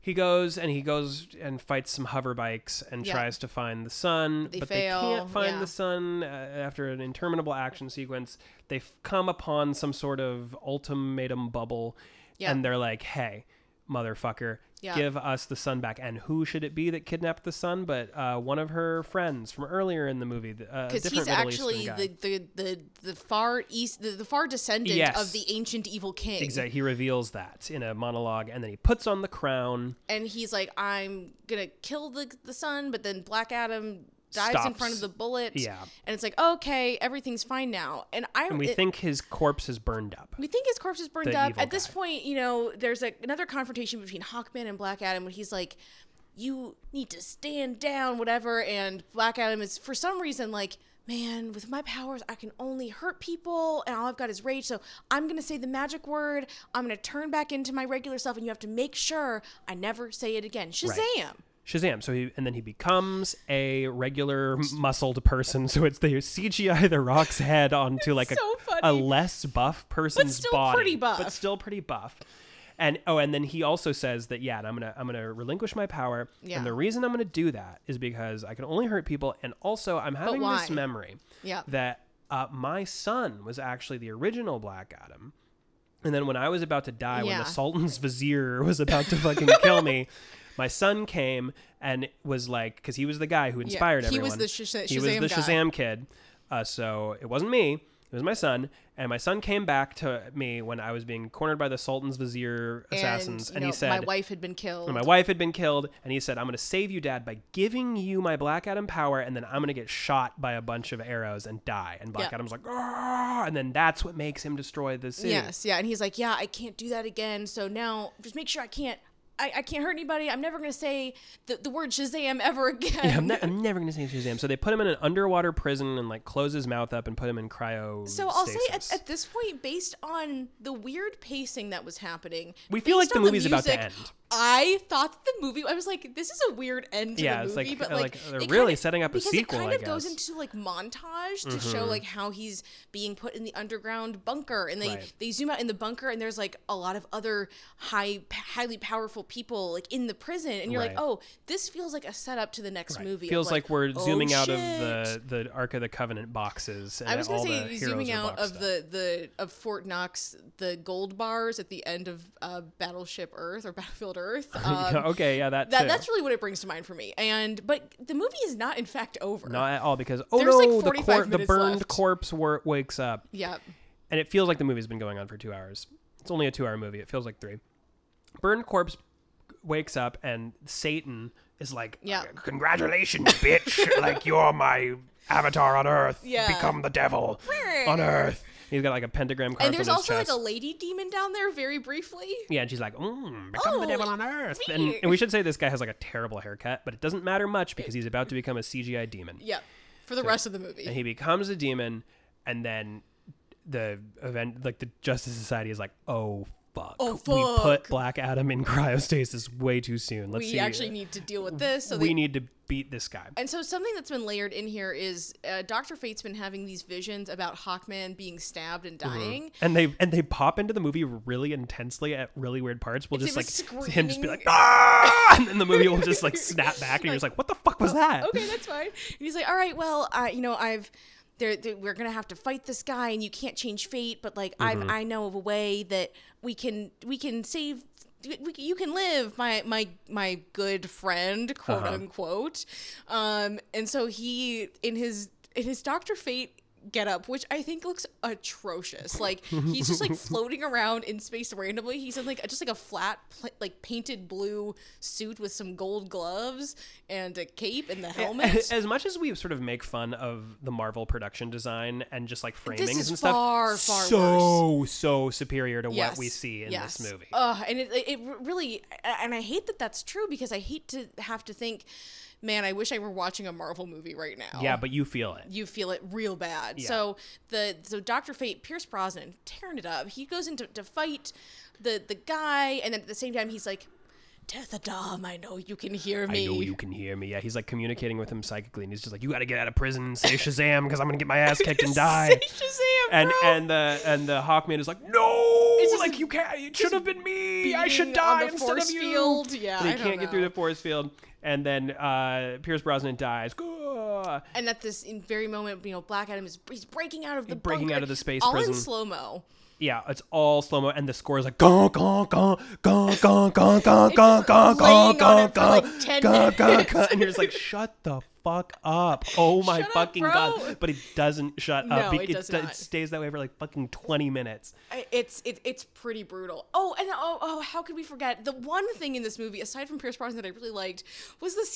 he goes and he goes and fights some hover bikes and Yeah. tries to find the sun but fail, they can't find yeah. the sun uh, after an interminable action sequence they f- come upon some sort of ultimatum bubble Yeah. and they're like hey motherfucker Yeah. give us the sun back and who should it be that kidnapped the sun but uh, one of her friends from earlier in the movie uh, because Because he's actually the, the, the, the far east, the, the far descendant Yes. of the ancient evil king. Exactly. He reveals that in a monologue, and then he puts on the crown. And he's like, I'm gonna kill the the son, but then Black Adam dives in front Stops. of the bullet. Yeah. And it's like, okay, everything's fine now. And I And we it- think his corpse is burned up. We think his corpse is burned The up. evil At this guy. point, you know, there's a, another confrontation between Hawkman and Black Adam when he's like, you need to stand down, whatever. And Black Adam is, for some reason, like, man, with my powers, I can only hurt people, and all I've got is rage. So I'm going to say the magic word. I'm going to turn back into my regular self, and you have to make sure I never say it again. Shazam! Shazam. So he and then he becomes a regular muscled person. So it's they CGI the Rock's head onto like a, so funny. a less buff person's still body, pretty buff. but still pretty buff. And oh, and then he also says that yeah, and I'm gonna I'm gonna relinquish my power. Yeah. And the reason I'm gonna do that is because I can only hurt people, and also I'm having why? this memory Yep. that uh, my son was actually the original Black Adam. And then when I was about to die, when Yeah. the Sultan's vizier was about to fucking kill me, my son came and was like, because he was the guy who inspired he was everyone. the Shaza- he was Shazam the guy. Shazam kid. Uh, so it wasn't me. It was my son, and my son came back to me when I was being cornered by the Sultan's vizier assassins, and, and, you know, he said, my wife had been killed. and my wife had been killed, and he said, "I'm going to save you, Dad, by giving you my Black Adam power, and then I'm going to get shot by a bunch of arrows and die." And Black Yeah. Adam's like, "Ah!" and then that's what makes him destroy the city. Yes, yeah, and he's like, yeah, I can't do that again. So now, just make sure I can't, I, I can't hurt anybody. I'm never gonna say the, the word Shazam ever again. Yeah, I'm, ne- I'm never going to say Shazam. So they put him in an underwater prison and like close his mouth up and put him in cryo. so I'll say at, at this point, based on the weird pacing that was happening, We feel like based the on movie's about to music, end. I thought the movie. I was like, this is a weird end to Yeah, the it's movie, like- but uh, like, like, they're it really kinda- setting up a because sequel, It kind I of goes guess. Mm-hmm. into like montage to show like how he's being put in the underground bunker, and they Right. they zoom out in the bunker, and there's like a lot of other high highly powerful people like in the prison, and you're Right. like, oh, this feels like a setup to the next movie. of, Feels like, we're oh, zooming out of shit. the the Ark of the Covenant boxes. And I was all gonna the say heroes zooming are out boxed of up. the the of Fort Knox, the gold bars at the end of uh, Battleship Earth or Battlefield Earth. Um, Yeah, okay, yeah, that, that too. that's really what it brings to mind for me. And but the movie is not in fact over. not at all because oh There's, no, like, the, 45 cor- the minutes burned left. corpse wor- wakes up. Yep. and it feels like the movie's been going on for two hours. It's only a two-hour movie. It feels like three. Burned corpse wakes up, and Satan is like, Yeah. "Congratulations, bitch! like you're my avatar on Earth. Yeah. Become the devil on Earth." He's got like a pentagram carved And there's on his also chest. like a lady demon down there, very briefly. yeah, and she's like, mm, "Become Oh, the devil on Earth." And, and we should say this guy has like a terrible haircut, but it doesn't matter much because he's about to become a CGI demon. Yep. For the rest of the movie. and he becomes a demon and then the event like the justice society is like oh fuck, Oh, we put fuck. black adam in cryostasis way too soon let's we see uh, actually need to deal with this. So we they, need to beat this guy And so something that's been layered in here is uh, Doctor Fate's been having these visions about Hawkman being stabbed and Mm-hmm. dying, and they and they pop into the movie really intensely at really weird parts. We'll It's just like him him just be screaming. like, ah! and then the movie will just like snap back, and you're just like, what the fuck was that? okay, that's fine. And he's like, all right, well, uh, you know, I've. There, there- we're gonna have to fight this guy, and you can't change fate. But like, I've, I know of a way that we can we can save. We, we- you can live, my my my good friend, quote unquote. Um, and so he in his in his Doctor Fate get up, which I think looks atrocious. Like he's just like floating around in space randomly. He's in like just like a flat, pla- like painted blue suit with some gold gloves and a cape and the helmet. As much as we sort of make fun of the Marvel production design and just like framings is and stuff, far, far so so superior to Yes, what we see in yes. Oh. this movie. Ugh, and it, it really, and I hate that that's true because I hate to have to think, man, I wish I were watching a Marvel movie right now. yeah, but you feel it. you feel it real bad. Yeah. So the so Doctor Fate, Pierce Brosnan, tearing it up. He goes into to fight the the guy, and then at the same time he's like, "Death Adam, I know you can hear I me." know you can hear me. Yeah, he's like communicating with him psychically, and he's just like, "You got to get out of prison and say Shazam, because I'm gonna get my ass kicked and die." Say Shazam, and bro. and the and the Hawkman is like, "No, It's just like you can't. It should have been me. I beating should on die the instead force of you." field. Yeah, and he I don't can't get through know. the force field, and then uh, Pierce Brosnan dies. Gah. and at this in very moment, you know, Black Adam is he's breaking out of the breaking bunker, out of the space all prison. in slow mo. Yeah, it's all slow mo, and the score is like gong gong gong gong gong gong gong gong gong gong laying on gong it for, like, gong 10 gong gong minutes. gong, and you're just like, shut the fuck up! Oh my Shut up, fucking bro. god! But it doesn't shut No, up. it does sta- not. stays that way for like fucking twenty minutes. I- It's it, it's pretty brutal. Oh, and oh, oh, how could we forget the one thing in this movie aside from Pierce Brosnan that I really liked was the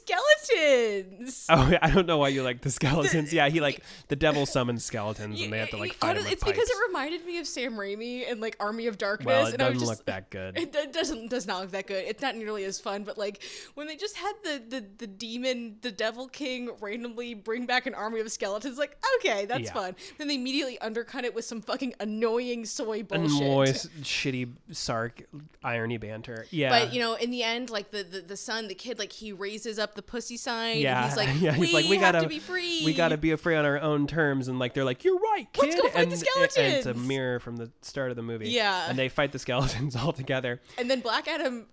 skeletons. Oh, I don't know why you like the skeletons. Yeah, he like the devil summons skeletons, and they have to like I fight don't- him with It's because pikes. it reminded me of Sam Raimi and like Army of Darkness. Well, it and I was doesn't just- look that good. It, do- doesn't does not look that good. It's not nearly as fun. But like when they just had the the, the demon, the Devil King, fucking randomly bring back an army of skeletons. Like, okay, that's Yeah. fun. Then they immediately undercut it with some fucking annoying soy bullshit. moist, shitty, sarc irony banter. Yeah, But you know, in the end, like the, the the son, the kid, like he raises up the pussy sign. Yeah, he's like, yeah, we, he's like, we have gotta, to be free. We gotta be free on our own terms, and like they're like, you're right, kid. Let's go fight and, the and it's a skeletons. mirror from the start of the movie. Yeah. and they fight the skeletons all together. And then Black Adam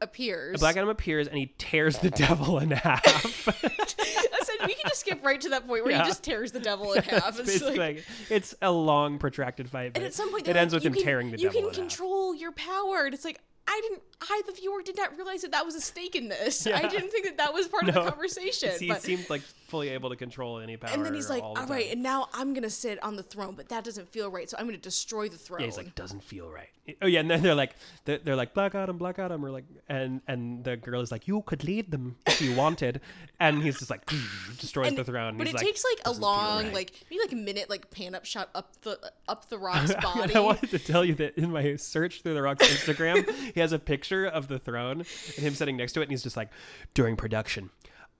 appears. Black Adam appears and he tears the devil in half. I said we can just skip right to that point where Yeah. he just tears the devil in half. It's Basically, like, like, it's a long, protracted fight. but and at some point, it they're ends like, with you him can- tearing the You devil can in half. control your power, and it's like I didn't. I, the viewer, did not realize that that was a stake in this. I didn't think that that was part of No. the conversation. He but, seemed like fully able to control any power. and then he's like, all "All the right, time. and now I'm gonna sit on the throne, but that doesn't feel right, so I'm gonna destroy the throne." Yeah, he's like doesn't feel right. Oh yeah, and then they're like they're, they're like Black Adam, Black Adam, or like and and the girl is like you could lead them if you wanted, and he's just like destroys the throne. But He's it takes like a "Doesn't feel long, right." like maybe like a minute, like pan up shot up the up the rock's body. And I wanted to tell you that in my search through The Rock's Instagram, he has a picture of the throne and him sitting next to it, and he's just like, during production,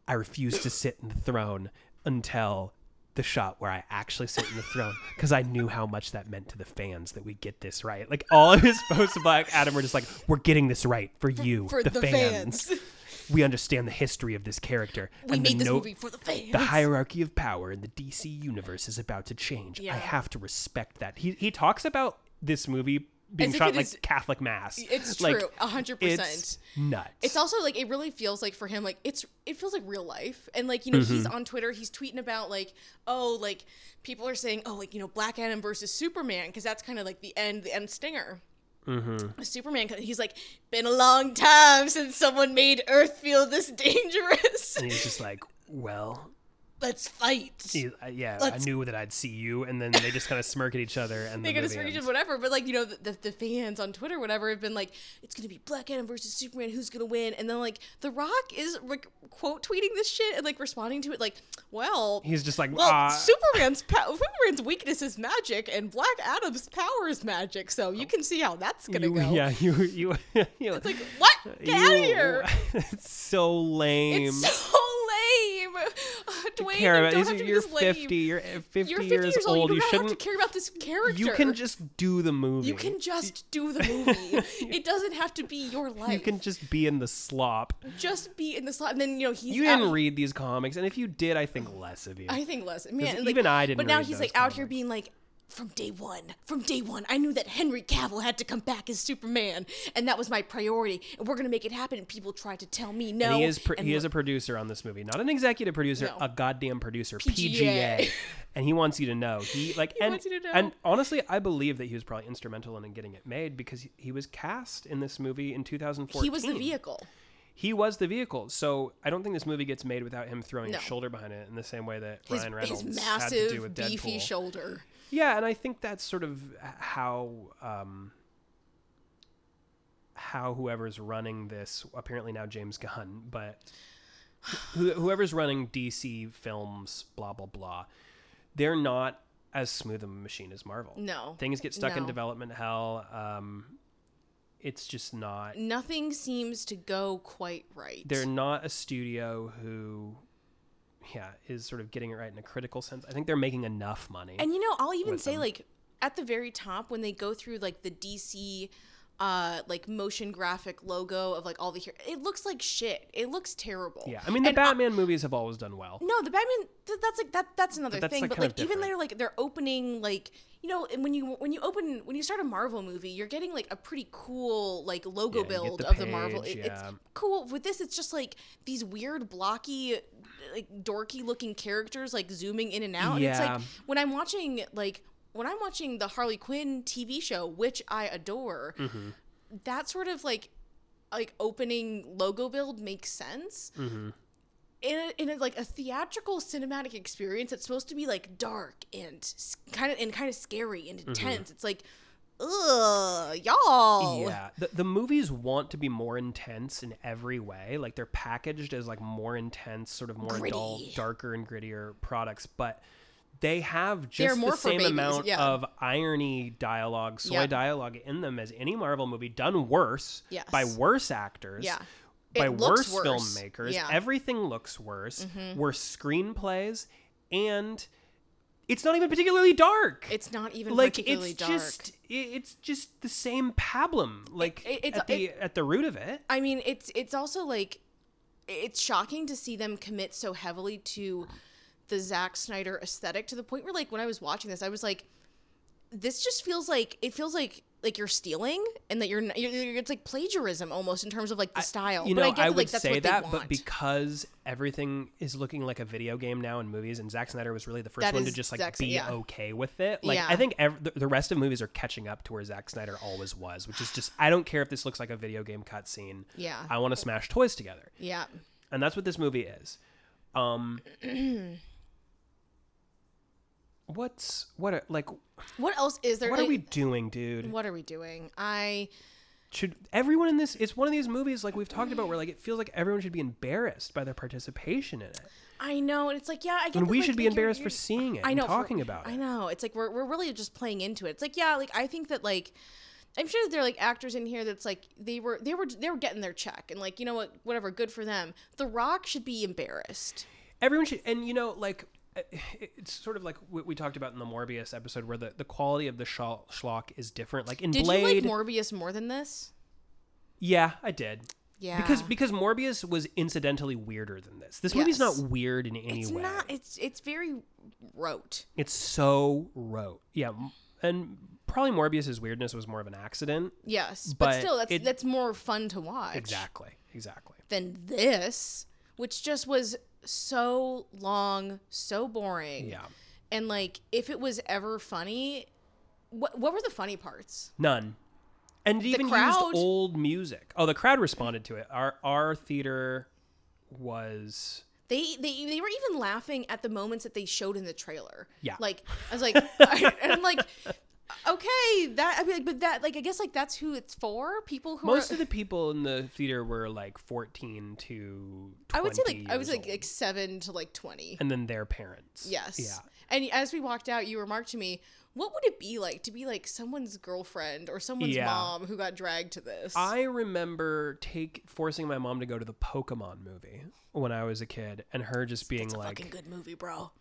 I refused to sit in the throne until the shot where I actually sit in the throne because I knew how much that meant to the fans that we get this right. Like all of his posts of Black Adam are just like, we're getting this right for you, for the, the fans. fans. We understand the history of this character. we and made the this no- movie for the fans. the hierarchy of power in the DC universe is about to change. Yeah. I have to respect that. He he talks about this movie being As if shot it like is- Catholic mass. it's Like, true, a hundred It's percent. nuts. It's also like it really feels like for him, like it's it feels like real life, and like you know he's on Twitter, he's tweeting about like oh like people are saying oh like you know Black Adam versus Superman because that's kind of like the end the end stinger. Superman, he's like been a long time since someone made Earth feel this dangerous. and he's just like, well, Let's fight. he- I- yeah, I Let's- knew that I'd see you, and then they just kind of smirk at each other, and they the could have movie screamed ends. whatever, but like you know, the, the, the fans on Twitter, whatever, have been like, it's gonna be Black Adam versus Superman, who's gonna win? And then like The Rock is like quote tweeting this shit and like responding to it, like, well, He's just like, well, "Ah." Superman's pa- Superman's weakness is magic, and Black Adam's power is magic, so you can see how that's gonna You- go. Yeah, you you you. It's like what? Get out of you- here! It's so lame. It's so lame, uh, Dwayne. You care don't about have it's- to be you're this lame. 50 you're 50, You're 50 years, old You, you don't shouldn't have to care about this character. you can just do the movie You can just do the movie. it doesn't have to be your life. you can just be in the slop. just be in the slot. And then you know he's You didn't out- read these comics, and if you did, I think less of you. I think less. Man, and, like, even I didn't But now read he's those like out here comics. being like. From day one, from day one, I knew that Henry Cavill had to come back as Superman, and that was my priority. And we're gonna make it happen. And people tried to tell me no. and he is pr- and he is a look- producer on this movie, not an executive producer, No. a goddamn producer, PGA. PGA. and he wants you to know he like and wants you to know. and honestly, I believe that he was probably instrumental in getting it made because he, he was cast in this movie in 2014. he was the vehicle. He was the vehicle. So I don't think this movie gets made without him throwing No. his shoulder behind it in the same way that His, Ryan his Reynolds had to do massive with beefy Deadpool. shoulder. Yeah, and I think that's sort of uh, how um, how whoever's running this apparently now James Gunn, but who, whoever's running DC films, blah blah blah, they're not as smooth of a machine as Marvel. No. things get stuck in No. development hell. Um, it's just not. Nothing seems to go quite right. They're not a studio who, yeah, is sort of getting it right in a critical sense. I think they're making enough money. And you know, I'll even say like at the very top when they go through like the DC uh like motion graphic logo of like all the heroes, it looks like shit. It looks terrible. yeah, I mean the And uh, Batman movies have always done well. no, the Batman. Th- that's like that. That's another that's, thing. like, but kind of like, even different. their like their opening, like you know, and when you when you open when you start a Marvel movie, you're getting like a pretty cool like logo you get build the of the Marvel. page, It- It's yeah. cool. With this, it's just like these weird blocky, like dorky looking characters like zooming in and out. And Yeah. it's like when I'm watching like when I'm watching the Harley Quinn TV show, which I adore. Mm-hmm. That sort of like like opening logo build makes sense Mm-hmm. in a, in a, like a theatrical cinematic experience that's supposed to be like dark and kind of and kind of scary Mm-hmm. and intense. It's like, ugh, y'all. Yeah, the, the movies want to be more intense in every way. Like they're packaged as like more intense, sort of more adult, Gritty. darker and grittier products, but they have They're just more the for same babies, amount yeah. of irony dialogue, soy Yeah. dialogue in them as any Marvel movie done worse Yes. by worse actors. Yeah. by It looks worse, worse. filmmakers. Yeah. Mm-hmm. Everything looks worse. Worse screenplays, and it's not even particularly dark. It's not even like particularly it's dark. just i- it's just the same pablum. Like it- it's- at the at the root of it. I mean, it's it's also like it's shocking to see them commit so heavily to the Zack Snyder aesthetic to the point where like when I was watching this, I was like, this just feels like it feels like like you're stealing and that you're, n- you're, you're it's like plagiarism almost in terms of like the style. You but know, I, get that, would like, that's say what that, they but want. because everything is looking like a video game now in movies, and Zack Snyder was really the first That one to is just like Zack- be yeah. okay with it. Like, I Yeah. think ev- the, the rest of movies are catching up to where Zack Snyder always was, which is just I don't care if this looks like a video game cutscene. Yeah. I want to smash toys together, yeah, and that's what this movie is. Um, what's what are, like what else is there? what are I- we doing, dude? What are we doing? I should everyone in this it's one of these movies like we've talked about where like it feels like everyone should be embarrassed by their participation in it I know, and it's like, yeah, I get. and that, we like- should be like, you're- embarrassed for you're- seeing it I know, and for- talking about I it know. It's like we're we're really just playing into it. It's like, yeah, like I think that like. I'm sure that there are like actors in here that's like they were they were they were getting their check and like you know what whatever good for them. The Rock should be embarrassed. everyone should and you know like eh, it's sort of like what we talked about in the morbius episode where the, the quality of the schlock, schlock is different like in Did blade you like Morbius more than this? yeah i did Yeah, because because morbius was incidentally weirder than this this movie's Yes. not weird in any it's way not it's it's very rote. it's so rote yeah m- and probably morbius's weirdness was more of an accident Yes, but, But still that's it- that's more fun to watch exactly exactly than this, which just was so long, so boring. yeah and like if it was ever funny what, what were the funny parts None. And it even crowd- used old music. Oh, the crowd responded to it. Our our theater was they, they they were even laughing at the moments that they showed in the trailer Yeah. like i was like I, am like okay that i mean like, but that like i guess like that's who it's for people who most are of the people in the theater were like 14 to 20 i would say like i years was like, old. like 7 to like 20 and then their parents. yes Yeah. and as we walked out you remarked to me what would it be like to be like someone's girlfriend or someone's Yeah. mom who got dragged to this I remember take forcing my mom to go to the Pokemon movie when I was a kid and her just being it's a like fucking good movie bro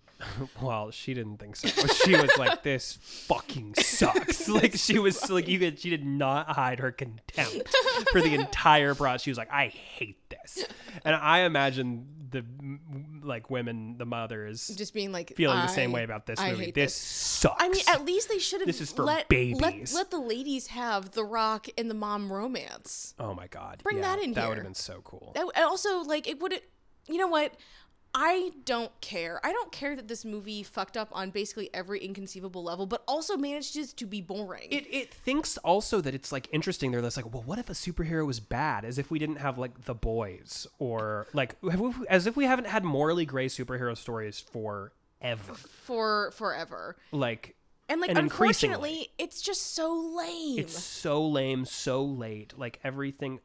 well, she didn't think so. She was like, "This fucking sucks." like she was like, you could, she did not hide her contempt for the entire process. She was like, "I hate this," and I imagine the m- like women, the mothers, just being like feeling the same I- way about this I movie. hate This sucks. I mean, at least they should have. This is for let, Let, babies. let the ladies have the rock and the mom romance. oh my god, bring yeah, that in That here. would have been so cool. That- and also, like, it would. You know what? I don't care. I don't care that this movie fucked up on basically every inconceivable level, but also manages to be boring. it, it thinks also that it's like interesting. They're just like, well, what if a superhero was bad? As if we didn't have like the boys or like have we- as if we haven't had morally gray superhero stories forever. for forever, Like and like, And unfortunately, it's just so lame. it's so lame, so late. Like everything,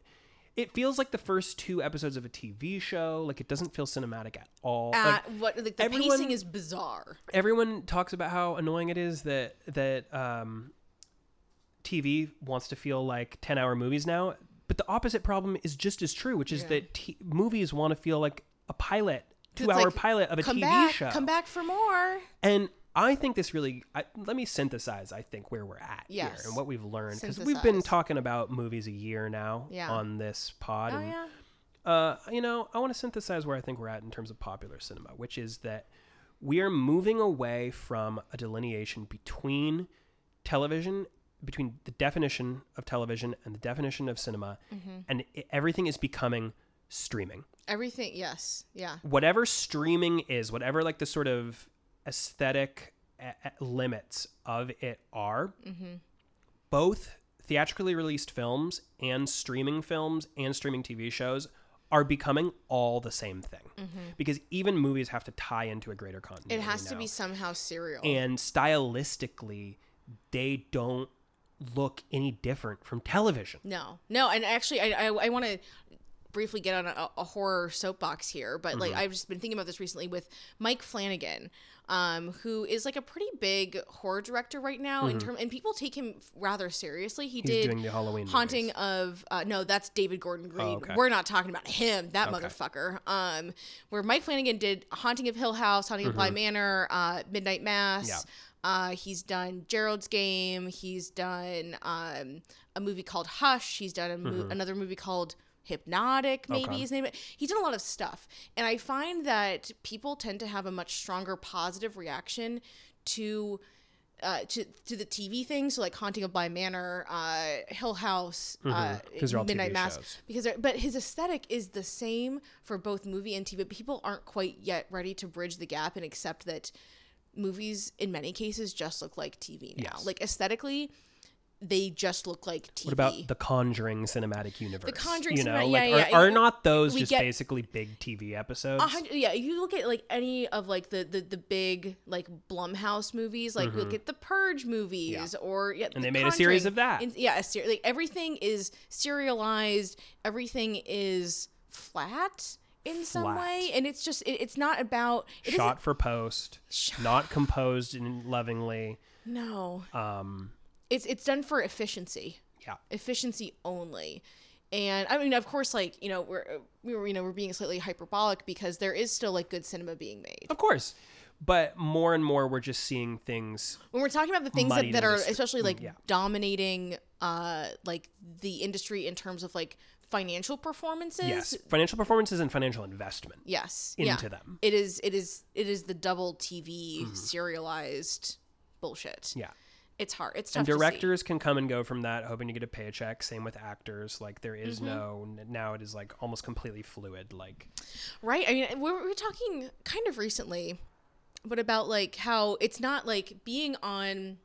it feels like the first two episodes of a TV show. Like it doesn't feel cinematic at all. At Like, what like the everyone- pacing is bizarre. everyone talks about how annoying it is that that um, TV wants to feel like ten hour movies now, but the opposite problem is just as true, which is that t- movies want to feel like a pilot, two It's hour like, pilot of a come TV back, show. Come back for more. And I think this really I, let me synthesize. I think where we're at Yes. here and what we've learned because we've been Synthesize. talking about movies a year now Yeah. on this pod. Oh and yeah. uh, you know, I want to synthesize where I think we're at in terms of popular cinema, which is that we are moving away from a delineation between television, between the definition of television and the definition of cinema, and i everything is becoming streaming. Everything. Yes. Yeah. Whatever streaming is, whatever like the sort of aesthetic a- a- limits of it are, Mm-hmm. both theatrically released films and streaming films and streaming TV shows are becoming all the same thing because even movies have to tie into a greater continuity. Mm-hmm. It has to now. be somehow serial. and stylistically, they don't look any different from television. No, no, and actually, I I, I want to briefly get on a, a horror soapbox here, but Mm-hmm. like I've just been thinking about this recently with Mike Flanagan, um, who is like a pretty big horror director right now in term, and people take him rather seriously. He did Mm-hmm. doing the Halloween haunting movies. Oh, of uh, no, that's David Gordon Green. okay. We're not talking about him, that motherfucker. Um, where Mike Flanagan did Haunting of Hill House, Haunting of Bly Manor, uh, Midnight Mass. Mm-hmm. Yeah. Uh, he's done Gerald's Game. He's done um, a movie called Hush. He's done a mo- another movie called Hypnotic, maybe Mm-hmm. Okay. his name. He's done a lot of stuff, and I find that people tend to have a much stronger positive reaction to. Uh, to to the TV thing, so like Haunting of Bly Manor, uh, Hill House, uh, Mm-hmm. 'Cause they're all TV Midnight Mass, shows. because they're- but his aesthetic is the same for both movie and TV. But people aren't quite yet ready to bridge the gap and accept that movies in many cases just look like TV now. Yes. Like aesthetically, they just look like TV. What about the Conjuring cinematic universe? Conjuring you know, cinematic- like yeah, yeah, yeah. are, are not those We just get- basically big TV episodes? A hundred- yeah, you look at like any of like the the, the big like Blumhouse movies, like look at the Purge movies, or yeah, Mm-hmm. And they made a series of that. yeah, a ser- like everything is serialized. Everything is flat in some Flat. way, and it's just it, it's not about it isn't- Shot for post, not composed and lovingly. No, um, it's it's done for efficiency. Yeah. efficiency only. And I mean, of course, like you know, we're we were you know we're being slightly hyperbolic because there is still like good cinema being made. Of course. But more and more, we're just seeing things. When we're talking about the things that, Muddied that are industry. especially like mm, yeah. dominating, uh, like the industry in terms of like financial performances. Yes, financial performances and financial investment. Yes. Into yeah. them. Mm-hmm. It is. It is. It is the double TV serialized bullshit. Yeah. It's hard. It's tough. and to see. directors can come and go from that hoping to get a paycheck same with actors like there is Mm-hmm. no n- now it is like almost completely fluid like Right. I mean, we were we were talking kind of recently, but about like how it's not like being on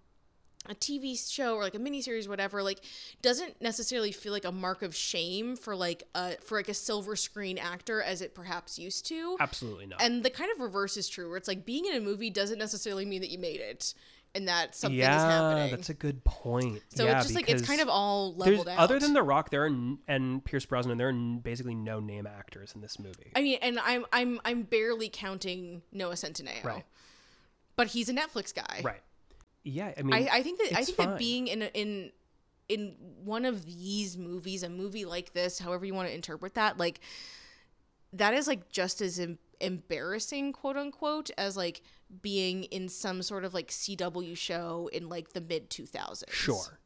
a TV show or like a miniseries, whatever, like doesn't necessarily feel like a mark of shame for like a for like a silver screen actor as it perhaps used to. absolutely not And the kind of reverse is true, where it's like being in a movie doesn't necessarily mean that you made it and that something is yeah happening. that's a good point so Yeah, it's just like it's because kind of all there's, leveled out. other than the rock there are n- and pierce brosnan there are n- basically no name actors in this movie I mean, and I'm I'm I'm barely counting Noah Centineo, Right. but he's a Netflix guy, right yeah i mean I, I think that I it's think fine. that being in a, in in one of these movies, a movie like this, however you want to interpret that, like that is like just as em- embarrassing, quote unquote, as like being in some sort of like CW show in like the mid 2000s. sure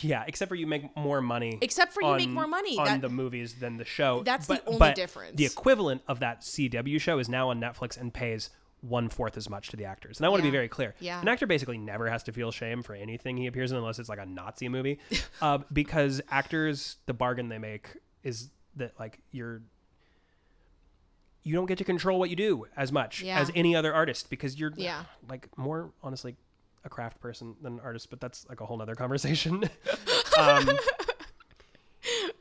yeah except for you make more money Except for you make more money. on That- the movies than the show That's the but- only but difference. the equivalent of that cw show is now on netflix and pays one fourth as much to the actors and i want to Yeah. be very clear Yeah. an actor basically never has to feel shame for anything he appears in unless it's like a nazi movie uh, because actors the bargain they make is that like you're you don't get to control what you do as much Yeah. as any other artist because you're Yeah. like more honestly a craft person than an artist but that's like a whole nother conversation um,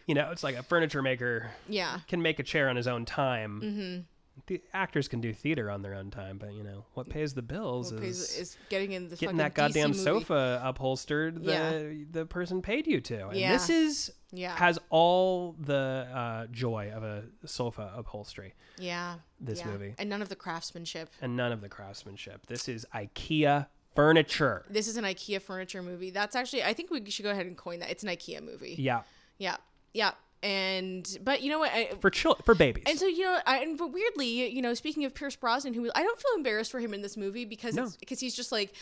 you know it's like a furniture maker Yeah. can make a chair on his own time Mm-hmm. the actors can do theater on their own time but you know what pays the bills Is, is, Mm. is getting in the getting fucking that goddamn DC movie. sofa upholstered the Yeah. the person paid you to and Yeah. this is Yeah. has all the uh, joy of a sofa upholstery Yeah. this yeah. movie. and none of the craftsmanship. and none of the craftsmanship. This is IKEA furniture. This is an IKEA furniture movie. That's actually I think we should go ahead and coin that. It's an IKEA movie. Yeah, Yeah, yeah, and but you know what? I, for chil- for babies. and so you know, I, and but weirdly, you know, speaking of Pierce Brosnan, who I don't feel embarrassed for him in this movie because No. it's, because he's just like,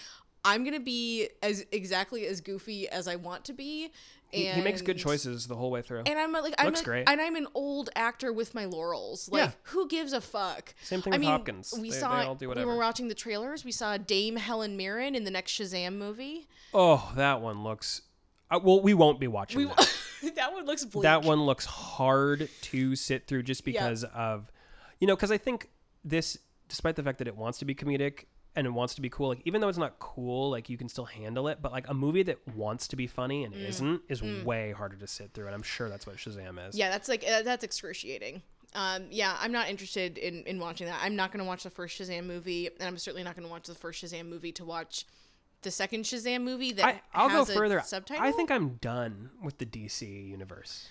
I'm gonna be as exactly as goofy as I want to be. And, he, he makes good choices the whole way through. And I'm a- like, I'm Looks a- great. and I'm an old actor with my laurels. Like, Yeah. who gives a fuck? Same thing I with mean, Hopkins. We They- they saw all do we whatever. were watching the trailers. We saw Dame Helen Mirren in the next Shazam movie. oh, that one looks. Uh, well, we won't be watching that. that one looks bleak. that one looks hard to sit through just because of you know because i think this despite the fact that it wants to be comedic and it wants to be cool like even though it's not cool like you can still handle it but like a movie that wants to be funny Mm. and isn't is way harder to sit through and i'm sure that's what shazam is Yeah, that's like uh, that's excruciating. Um, yeah, I'm not interested in in watching that. I'm not going to watch the first Shazam movie, and I'm certainly not going to watch the first Shazam movie to watch the second Shazam movie that I, i'll go has a further subtitle. i think i'm done with the dc universe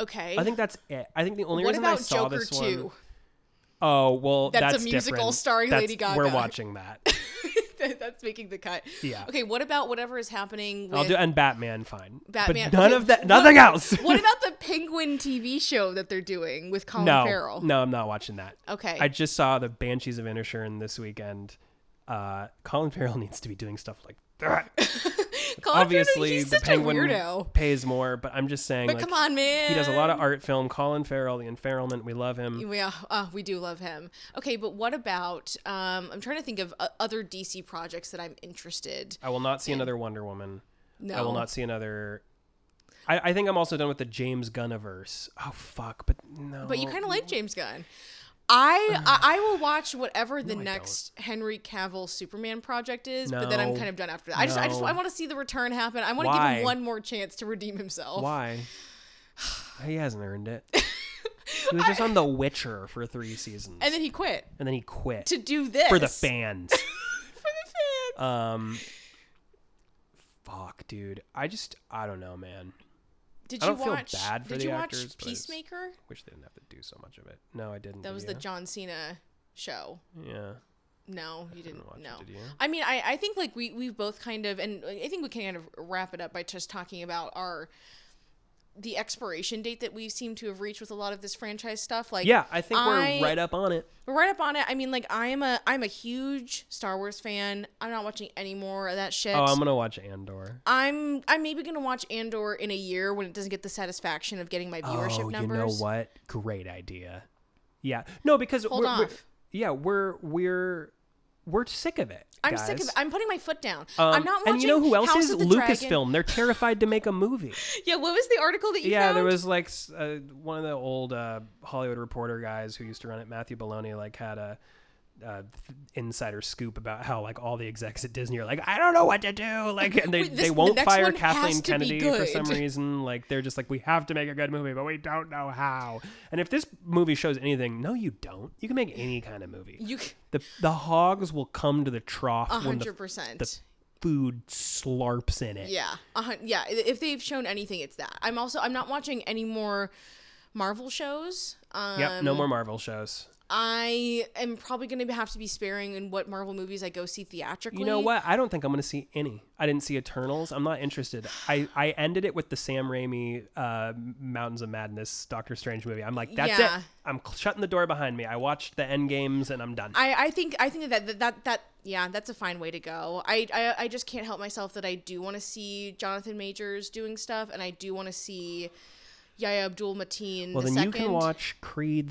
Okay. I think that's it. I think the only what reason I about saw Joker this one- Two? Oh well, That's a that's, musical different. starring That's- Lady Gaga. We're watching that. That's making the cut. Yeah. Okay. What about whatever is happening with I'll do and Batman. Fine, Batman? But none Okay, of that. what- Nothing else. what about the Penguin TV show that they're doing with Colin no, Farrell? no, I'm not watching that. Okay. I just saw the Banshees of Inisherin this weekend. Uh, Colin Farrell needs to be doing stuff like that. Colin Obviously, Farrell, he's the such Penguin a weirdo. pays more, but I'm just saying. But like, come on, man. He does a lot of art film. Colin Farrell, the Enferrillment, we love him. Yeah, uh, we do love him. Okay, but what about? Um, I'm trying to think of uh, other DC projects that I'm interested. I will not see another Wonder Woman. I No. will not see another. I, I think I'm also done with the James Gunniverse. Oh fuck! But no. But you kind of like James Gunn. I, I I will watch whatever the next Henry Cavill Superman project is, but then I'm No. kind of done after that. I just I just No. I want to see the return happen. I want to give Why? him one more chance to redeem himself. why? he hasn't earned it. He was just on The Witcher for three seasons, And then he quit and then he quit to do this for the fans. For the fans. um, fuck, dude. I just I don't know, man. did I you don't feel watch? bad for did the you actors, watch but it's- Peacemaker? Wish they didn't have to do so much of it. No, I didn't. That did was the you? John Cena show. yeah. No, you didn't. watch it, no, did you? I mean, I, I think like we we both kind of, and I think we can kind of wrap it up by just talking about our the expiration date that we seem to have reached with a lot of this franchise stuff. Like, Yeah, I think I- we're right up on it. we're right up on it. I mean, like I'm a I'm a huge Star Wars fan. I'm not watching any more of that shit. Oh, I'm gonna watch Andor. I'm I'm maybe gonna watch Andor in a year when it doesn't get the satisfaction of getting my viewership oh, numbers. you know what? Great idea. Yeah. No, because Hold we're, we're- off. yeah, we're we're we're sick of it. I'm sick of guys. it. I'm putting my foot down. Um, I'm not watching. And you know who else House is of the Lucasfilm? Dragon. They're terrified to make a movie. Yeah, what was the article that you yeah, there found? was like s- uh, one of the old uh, Hollywood reporter guys who used to run it, Matthew Baloney, like had a. Uh, insider scoop about how like all the execs at Disney are like I don't know what to do like and they, Wait, this- they the won't next fire one has Kathleen to be Kennedy for good. some reason like they're just like we have to make a good movie but we don't know how and if this movie shows anything no you don't you can make any kind of movie You the the hogs will come to the trough when the hundred percent. food slarps in it Yeah, uh, yeah. i- If they've shown anything, it's that. I'm also I'm not watching any more Marvel shows. Um, yep no more Marvel shows I am probably going to have to be sparing in what Marvel movies I go see theatrically. You know what? I don't think I'm going to see any. I didn't see Eternals. I'm not interested. I, I ended it with the Sam Raimi uh, Mountains of Madness Doctor Strange movie. I'm like, that's Yeah. it. I'm cl- shutting the door behind me. I watched the end games and I'm done. I, I think I think that that, that that yeah that's a fine way to go. I I, I just can't help myself that I do want to see Jonathan Majors doing stuff, and I do want to see Yaya Abdul Mateen. well, the then second. you can watch Creed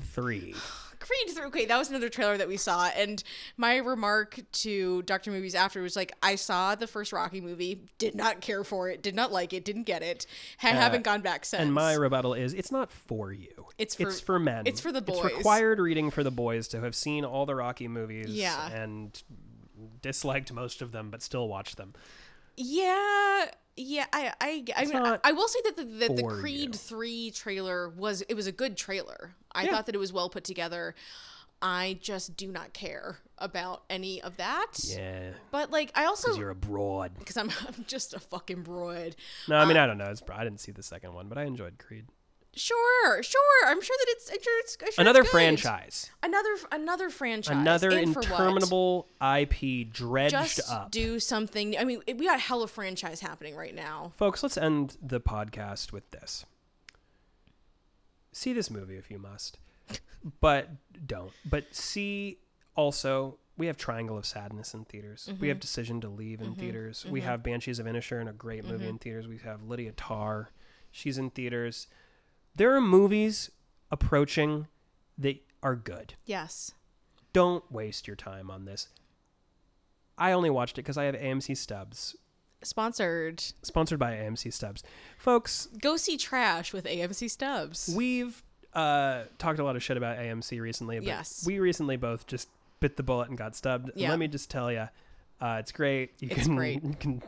3. Creed through. Okay, that was another trailer that we saw, and my remark to Doctor Movies after was like, "I saw the first Rocky movie, did not care for it, did not like it, didn't get it, ha- haven't gone back since." Uh, And my rebuttal is it's not for you. It's it's for- for men. it's for the boys. It's required reading for the boys to have seen all the Rocky movies Yeah. and disliked most of them but still watched them. yeah, yeah, I, I, I, mean, I, not I will say that the, that the for Creed you. three trailer was it was a good trailer. I Yeah. thought that it was well put together. I just do not care about any of that. Yeah. But like, I also Cuz you're abroad. because I'm, I'm just a fucking broad. No, I mean Uh, I don't know. It's, I didn't see the second one, but I enjoyed Creed. Sure, sure. I'm sure that it's, I'm sure it's I'm sure it's Another good. franchise, Another another franchise. another And for what? interminable IP dredged Just up. do something. I mean, we got hella franchise happening right now. Folks, let's end the podcast with this. See this movie if you must, but don't. But see also we have Triangle of Sadness in theaters. Mm-hmm. We have Decision to Leave in theaters. We have Banshees of Inisherin, a great Mm-hmm. movie in theaters. We have Lydia Tarr, she's in theaters. There are movies approaching that are good. Yes. don't waste your time on this. I only watched it because I have AMC Stubs, Sponsored. sponsored by AMC Stubs. Folks, Go see Trash with AMC Stubbs. we've uh, talked a lot of shit about AMC recently, but Yes. we recently both just bit the bullet and got stubbed. And Yeah. Let me just tell you. Uh, it's great. You It's can, great. you can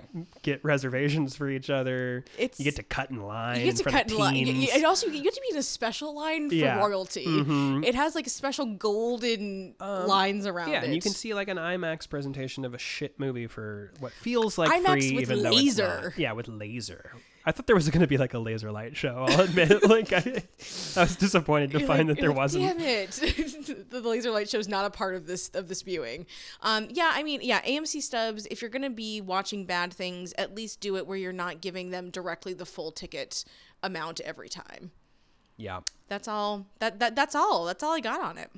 get reservations for each other. It's- you get to cut in line. You get to for cut the in line. You- you- teens. And also, you get to be in a special line for Yeah. Mm-hmm. royalty. It has like special golden lines around Um, Yeah, it. and you can see like an IMAX presentation of a shit movie for what feels like IMAX free, with even though it's laser. not. Yeah, with laser. I thought there was going to be like a laser light show. I'll admit, like I, I was disappointed to You're find like- that you're there like, wasn't. Damn it! the laser light show is not a part of this of this viewing. Um, yeah, I mean, yeah, AMC stubs. If you're gonna be watching bad things, at least do it where you're not giving them directly the full ticket amount every time. Yeah, That's all. That, that that's all. That's all I got on it.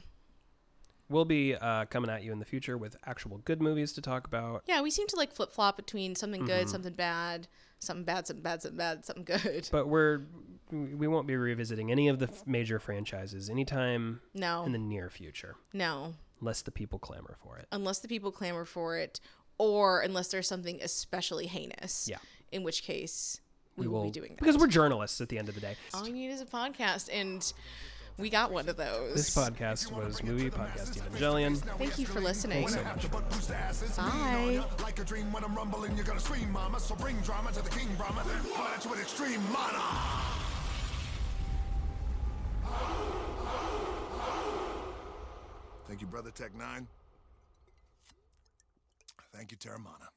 we'll be uh, coming at you in the future with actual good movies to talk about. Yeah, we seem to like flip flop between something Mm-hmm. good, something bad, something bad, something bad, something bad, something good. But we're we won't be revisiting any of the f- major franchises anytime No, in the near future, no, unless the people clamor for it. unless the people clamor for it, or unless there's something especially heinous. Yeah. in which case we, will, be doing that. because we're journalists at the end of the day. All you need is a podcast, and we got one of those. This podcast was movie podcast Evangelion. Thank you for listening. Bye. Like a dream when I'm rumbling, you're gonna scream, mama. So bring drama to the king, Brahma. Come at you with extreme mana. Thank you, brother Tech Nine. Thank you, Terramana.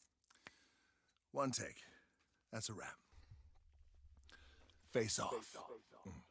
One take. That's a wrap. Face off. Mm.